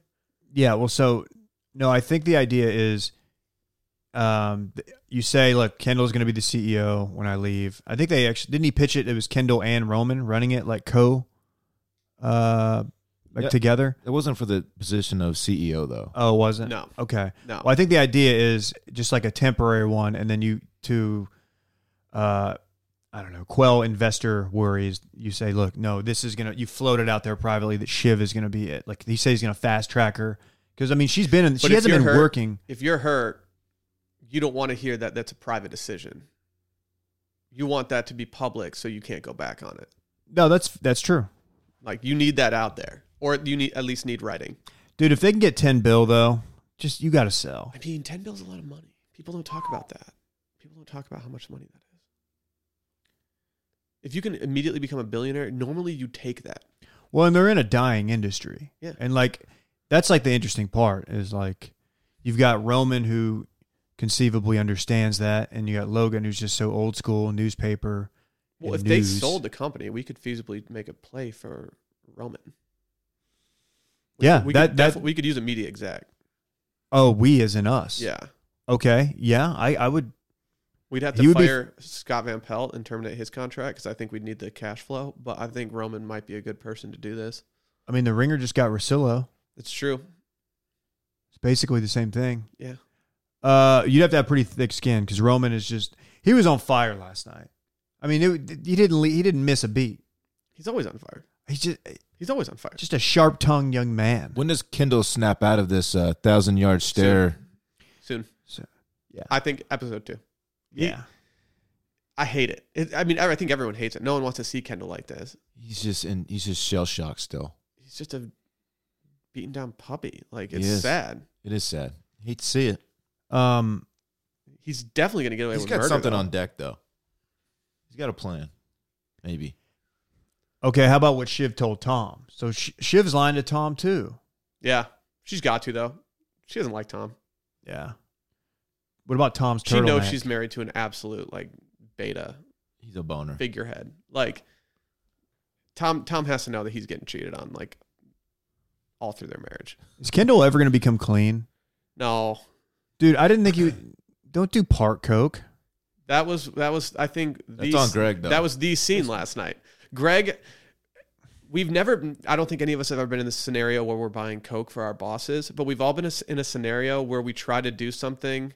Yeah. Well, so no, I think the idea is, um, th- you say, look, Kendall's going to be the CEO when I leave. I think they actually didn't he pitch it. It was Kendall and Roman running it like co, uh, like
Yeah.
together.
It wasn't for the position of CEO though.
Oh, was it?
No.
Okay.
No.
Well, I think the idea is just like a temporary one, and then you to, uh, I don't know, quell investor worries. You say, look, no, this is gonna. You float it out there privately that Shiv is gonna be it. Like he says, he's gonna fast track her because I mean she's been in, she
if
hasn't
you're
been
her-
working.
If you're hurt, you don't want to hear that. That's a private decision. You want that to be public, so you can't go back on it.
No, that's that's true,
Like you need that out there, or you need at least need writing.
dude. If they can get ten bill though, just you gotta sell.
I mean, ten bills a lot of money. People don't talk about that. People don't talk about how much money that is. If you can immediately become a billionaire, normally you take that.
Well, and they're in a dying industry.
Yeah.
And like that's like the interesting part is like you've got Roman who conceivably understands that, and you got Logan who's just so old school newspaper.
Well,
and
if they
news.
sold the company, we could feasibly make a play for Roman.
Yeah,
We
that
could
that
defi- we could use a media exec.
oh, we as in us.
Yeah,
Okay. Yeah. I I would
we'd have
He
to
would be-
fire Scott Van Pelt and terminate his contract because I think we'd need the cash flow. But I think Roman might be a good person to do this.
I mean the ringer just got Rosillo.
It's true.
It's basically the same thing.
Yeah.
Uh, you'd have to have pretty thick skin because Roman is just he was on fire last night. I mean, it, he didn't le- he didn't miss a beat.
He's always on fire.
He's just
He's always on fire.
just a sharp tongued young man.
When does Kendall snap out of this uh, thousand yard stare?
Soon.
So- yeah.
I think episode two.
yeah,
I hate it. it. I mean, I think everyone hates it. No one wants to see Kendall like this.
He's just in. He's just shell shocked still.
He's just a beaten down puppy. Like
He
it's
is.
sad.
It is sad. Hate to see it.
um,
He's definitely gonna get away
He's
with
got
murder,
something
though.
on deck though. He's got a plan. Maybe.
okay. How about what Shiv told Tom? So Sh- Shiv's lying to Tom too.
Yeah, she's got to though. She doesn't like Tom.
Yeah. What about Tom's
She knows
turtleneck?
she's married to an absolute like beta
He's a boner.
figurehead. Like Tom, Tom has to know that he's getting cheated on like all through their marriage.
Is Kendall ever going to become clean,
No,
dude? I didn't think you don't do part coke.
that was that was I think the
That's on Greg though.
That was the scene last night. Greg, we've never, been- I don't think any of us have ever been in this scenario where we're buying Coke for our bosses, but we've all been a- in a scenario where we try to do something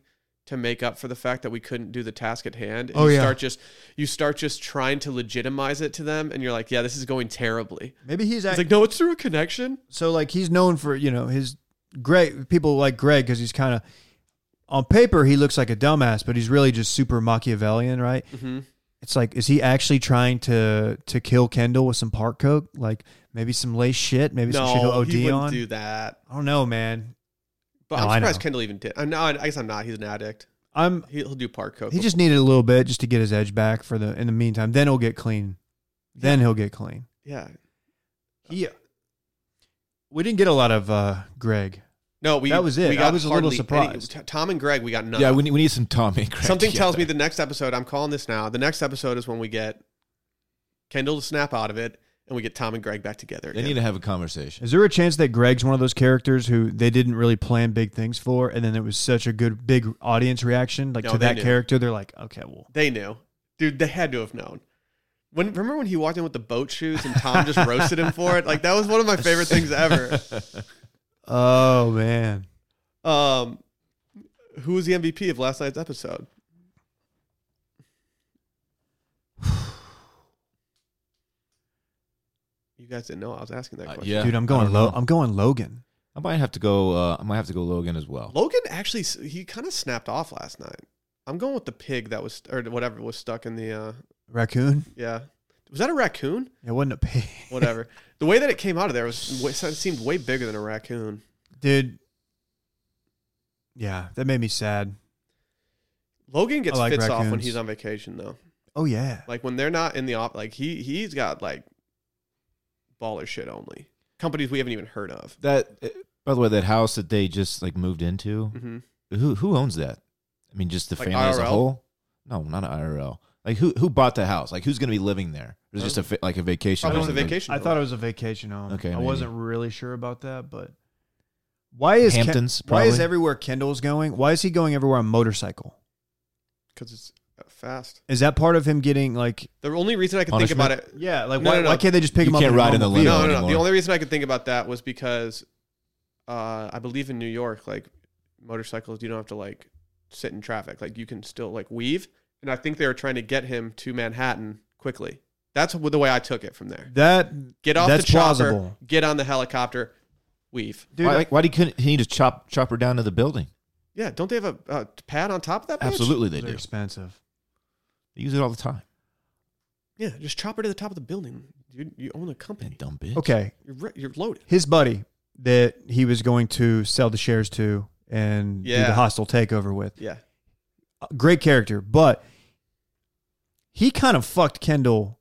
to make up for the fact that we couldn't do the task at hand. And
Oh,
you
yeah.
start just, you start just trying to legitimize it to them. And you're like, yeah, this is going terribly.
Maybe he's
It's
act-
like, no, it's through a connection.
so like he's known for you know his Greg people like Greg because he's kind of on paper he looks like a dumbass, but he's really just super Machiavellian, right?
Mm-hmm.
It's like is he actually trying to to kill Kendall with some park coke, like maybe some lace shit, maybe some shit he'll
No, he
OD
wouldn't
on?
do that.
I don't know, man.
But
No, I
I'm surprised
know.
Kendall even did. I'm not, I guess I'm not. He's an addict.
I'm
He'll do part Coke.
he just needed a little bit just to get his edge back for the in the meantime. Then he'll get clean. Then he'll get clean.
yeah.
He we didn't get a lot of uh Greg.
No, we
That was it.
We
I was a little
hardly
surprised.
Any, Tom and Greg, we got none.
yeah, we need, we need some Tommy. and Greg
Something tells me
together.
the next episode, I'm calling this now. The next episode is when we get Kendall to snap out of it and we get Tom and Greg back together.
they
again.
need to have a conversation.
Is there a chance that Greg's one of those characters who they didn't really plan big things for, and then it was such a good big audience reaction, like
No,
to
they
that
knew.
character, they're like, okay, well,
they knew. Dude, they had to have known. When remember when he walked in with the boat shoes and Tom just roasted him for it? Like that was one of my favorite things ever.
oh man,
Um who was the MVP of last night's episode? You guys didn't know I was asking that
Uh,
question.
yeah,
dude, I'm
I
going
don't
Uh-huh.
low.
know.
I'm going Logan.
I might have to go. Uh, I might have to go Logan as well.
Logan actually s- he kind of snapped off last night. I'm going with the pig that was or whatever was stuck in the uh
Raccoon.
yeah. Was that a raccoon?
It wasn't a pig,
Whatever. the way that it came out of there was wa- so- seemed way bigger than a raccoon.
dude. Yeah, that made me sad.
Logan gets
I like
fits off when
raccoons.
he's on vacation though.
Oh yeah,
Like when they're not in the op like he he's got like baller shit only. Companies we haven't even heard of.
That, uh, by the way, that house that they just like moved into.
hmm
Who who owns that? I mean, just the
Like
family as a
IRL?
whole. No, not IRL. Like who who bought the house? Like who's going to be living there? Is it just a fa- like a vacation?
Probably
home?
just a vacation.
I thought it was a vacation home.
Okay,
I
maybe.
wasn't really sure about that, but why is Ken-
Hamptons,
why is
probably.
everywhere Kendall's going? Why is he going everywhere on motorcycle?
because it's uh, fast.
Is that part of him getting like
The only reason I could think about it
Yeah, like
No,
why,
no, no.
why can't they just pick
You
him up?
can't
a
ride in the
normal
limo.
no, no,
vehicle?
no. The
anymore.
only reason I could think about that was because uh, I believe in New York, like motorcycles, you don't have to like sit in traffic. Like you can still like weave. And I think they were trying to get him to Manhattan quickly. That's wh- the way I took it from there.
That
Get off
That's
the chopper,
plausible.
get on the helicopter, weave.
dude, uh,
why, like, why do you couldn't he need to chop chop her down to the building?
Yeah, don't they have a, a pad on top of that? bitch?
Absolutely, they
they're
do.
expensive.
They use it all the time.
Yeah, just chop her to the top of the building. You you own a company.
Man, dumb bitch.
Okay,
You're re- you're loaded.
his buddy that he was going to sell the shares to and do
Yeah.
the hostile takeover with,
Yeah,
Uh, great character, but he kind of fucked Kendall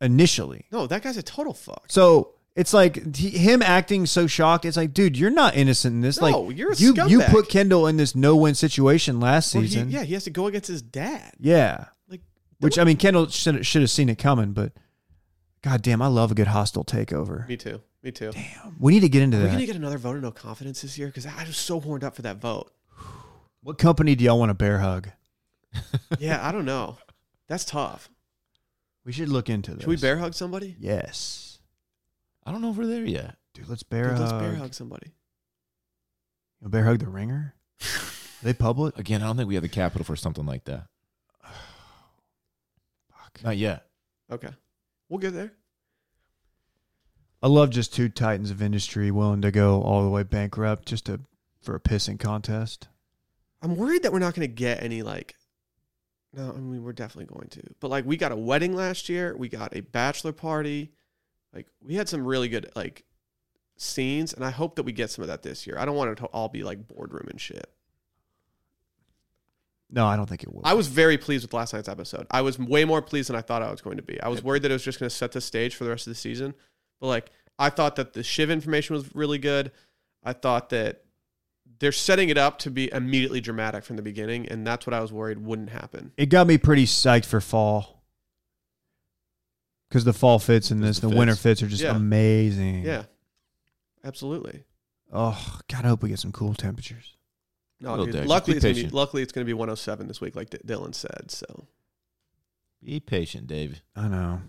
initially.
no, that guy's a total fuck.
So it's like he, him acting so shocked. It's like, dude, you're not innocent in this.
No,
like
you're a
you you
scumbag.
put Kendall in this no win situation last
Well, he-
season.
yeah, he has to go against his dad.
yeah.
Like
Which I mean, Kendall should should have seen it coming, but goddamn, I love a good hostile takeover.
Me too. Me too.
We need to get into
Are we gonna
that.
get another vote of no confidence this year? Because I was so horned up for that vote.
What company do y'all want a bear hug?
Yeah, I don't know. That's tough.
We should look into this.
Should we bear hug somebody?
Yes,
I don't know if we're there yet.
dude. Let's bear
Dude,
hug.
let's bear hug somebody.
You know, bear hug the ringer. they public.
Again, I don't think we have the capital for something like that. Not yet.
Okay, we'll get there.
I love just two titans of industry willing to go all the way bankrupt just to for a pissing contest.
I'm worried that we're not going to get any like. No, I mean we're definitely going to, but like we got a wedding last year, we got a bachelor party, like we had some really good like scenes, and I hope that we get some of that this year. I don't want it to all be like boardroom and shit.
No, I don't think it will.
I was very pleased with last night's episode. I was way more pleased than I thought I was going to be. I was worried that it was just going to set the stage for the rest of the season, but like I thought that the Shiv information was really good. I thought that they're setting it up to be immediately dramatic from the beginning, and that's what I was worried wouldn't happen.
it got me pretty psyched for fall because the fall fits in this,
Just
the
the
winter
fits.
fits are just
Yeah.
amazing.
Yeah, absolutely.
Oh, God, I hope we get some cool temperatures.
No,
Little
dude,
dick. Just
luckily
be
it's gonna be,
patient.
luckily it's going to be 107 this week, like D- Dylan said. So
Be patient, Dave.
I know.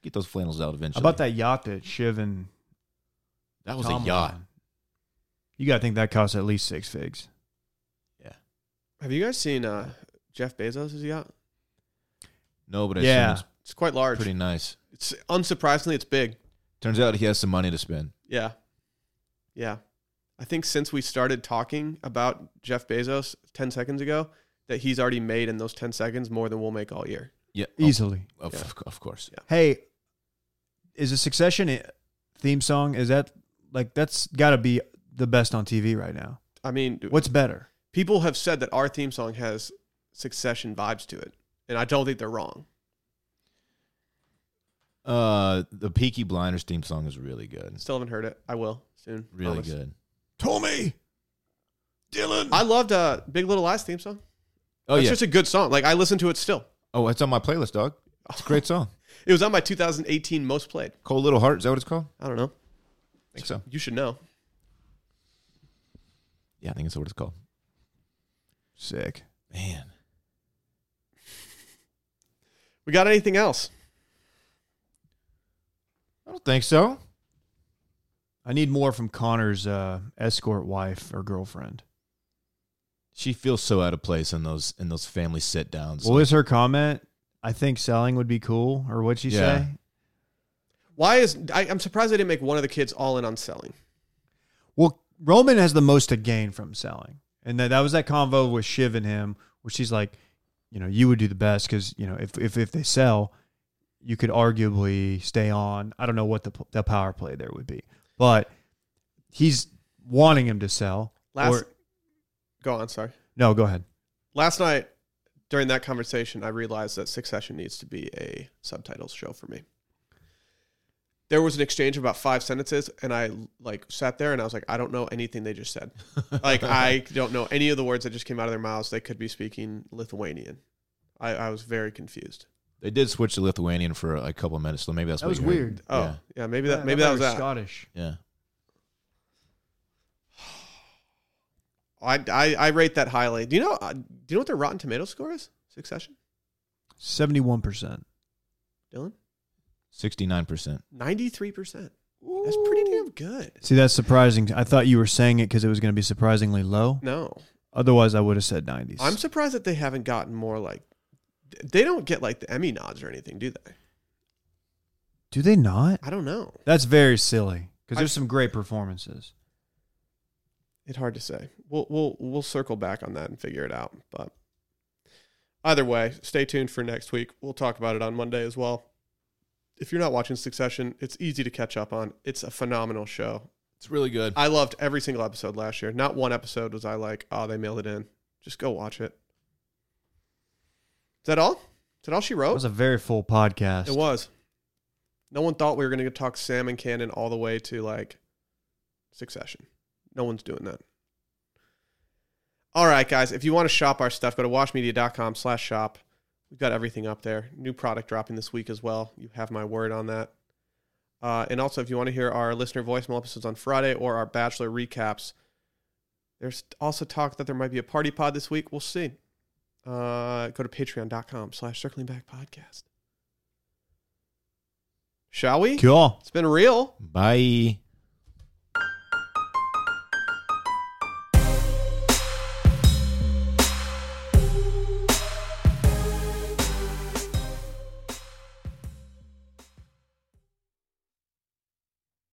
Get those flannels out eventually.
How about that yacht that Shiv and
That was
Tom
a
were
yacht.
on? You got to think that costs at least six figs.
have you guys seen uh, Jeff Bezos' yacht?
No, but I
Yeah.
yeah, it's
It's quite large.
pretty nice.
It's unsurprisingly it's big.
Turns out he has some money to spend.
Yeah, yeah. I think since we started talking about Jeff Bezos 10 seconds ago, that he's already made in those 10 seconds more than we'll make all year.
Yeah,
Easily.
Oh, of,
Yeah.
of course.
Hey, is a Succession i- theme song, is that like, that's got to be the best on TV right now.
I mean, dude,
What's better?
people have said that our theme song has Succession vibes to it, and I don't think they're wrong.
Uh, the Peaky Blinders theme song is really good.
Still haven't heard it. I will soon.
Really
Promise.
good.
Tommy! Dylan!
I loved uh, Big Little Lies theme song.
Oh
it's
yeah.
just a good song. Like I listen to it still.
oh, it's on my playlist, dog. It's a great song.
It was on my 2018 most played.
Cold Little Heart. Is that what it's called?
I don't know.
I think so.
You should know.
Yeah, I think that's what it's called.
Sick.
Man,
We got anything else?
I don't think so.
I need more from Connor's uh, escort wife or girlfriend.
She feels so out of place in those in those family sit downs.
What was her comment? I think selling would be cool, or what'd she
Yeah.
say?
Why is I, I'm surprised they didn't make one of the kids all in on selling.
Well, Roman has the most to gain from selling, and that, that was that convo with Shiv and him, where she's like, you know, you would do the best because you know if if if they sell, you could arguably stay on. I don't know what the p- the power play there would be, but he's wanting him to sell.
Last,
or-
go on. Sorry.
no, go ahead.
Last night during that conversation, I realized that Succession needs to be a subtitles show for me. There was an exchange of about five sentences, and I like sat there and I was like, I don't know anything they just said. like I don't know any of the words that just came out of their mouths. They could be speaking Lithuanian. I, I was very confused.
They did switch to Lithuanian for a couple of minutes, so maybe that's
That
what
was
you heard.
weird.
Oh yeah,
Yeah.
maybe that maybe that was that.
Scottish.
Yeah.
I, I I rate that highly. Do you know uh, do you know what their Rotten Tomato score is? Succession,
Seventy one percent.
Dylan,
Sixty nine percent.
ninety three percent. That's pretty damn good.
See, that's surprising. I thought you were saying it because it was going to be surprisingly low.
No,
Otherwise, I would have said 90s.
I'm surprised that they haven't gotten more like. They don't get like the Emmy nods or anything, do they?
Do they not?
I don't know.
That's very silly because
I-
there's some great performances.
It's hard to say. We'll we'll we'll circle back on that and figure it out. But either way, stay tuned for next week. We'll talk about it on Monday as well. If you're not watching Succession, it's easy to catch up on. It's a phenomenal show.
It's really good.
I loved every single episode last year. Not one episode was I like, oh, they mailed it in. Just go watch it. Is that all? Is that all she
That
wrote?
was a very full podcast.
Oh. It was. No one thought we were going to talk salmon cannon all the way to like succession. No one's doing that. All right, guys. If you want to shop our stuff, go to washmedia.com slash shop. We've got everything up there. New product dropping this week as well. You have my word on that. Uh, and also, if you want to hear our listener voicemail episodes on Friday or our Bachelor recaps, there's also talk that there might be a party pod this week. We'll see. Uh, go to patreon.com slash circling back podcast. Shall we?
Cool.
It's been real.
Bye.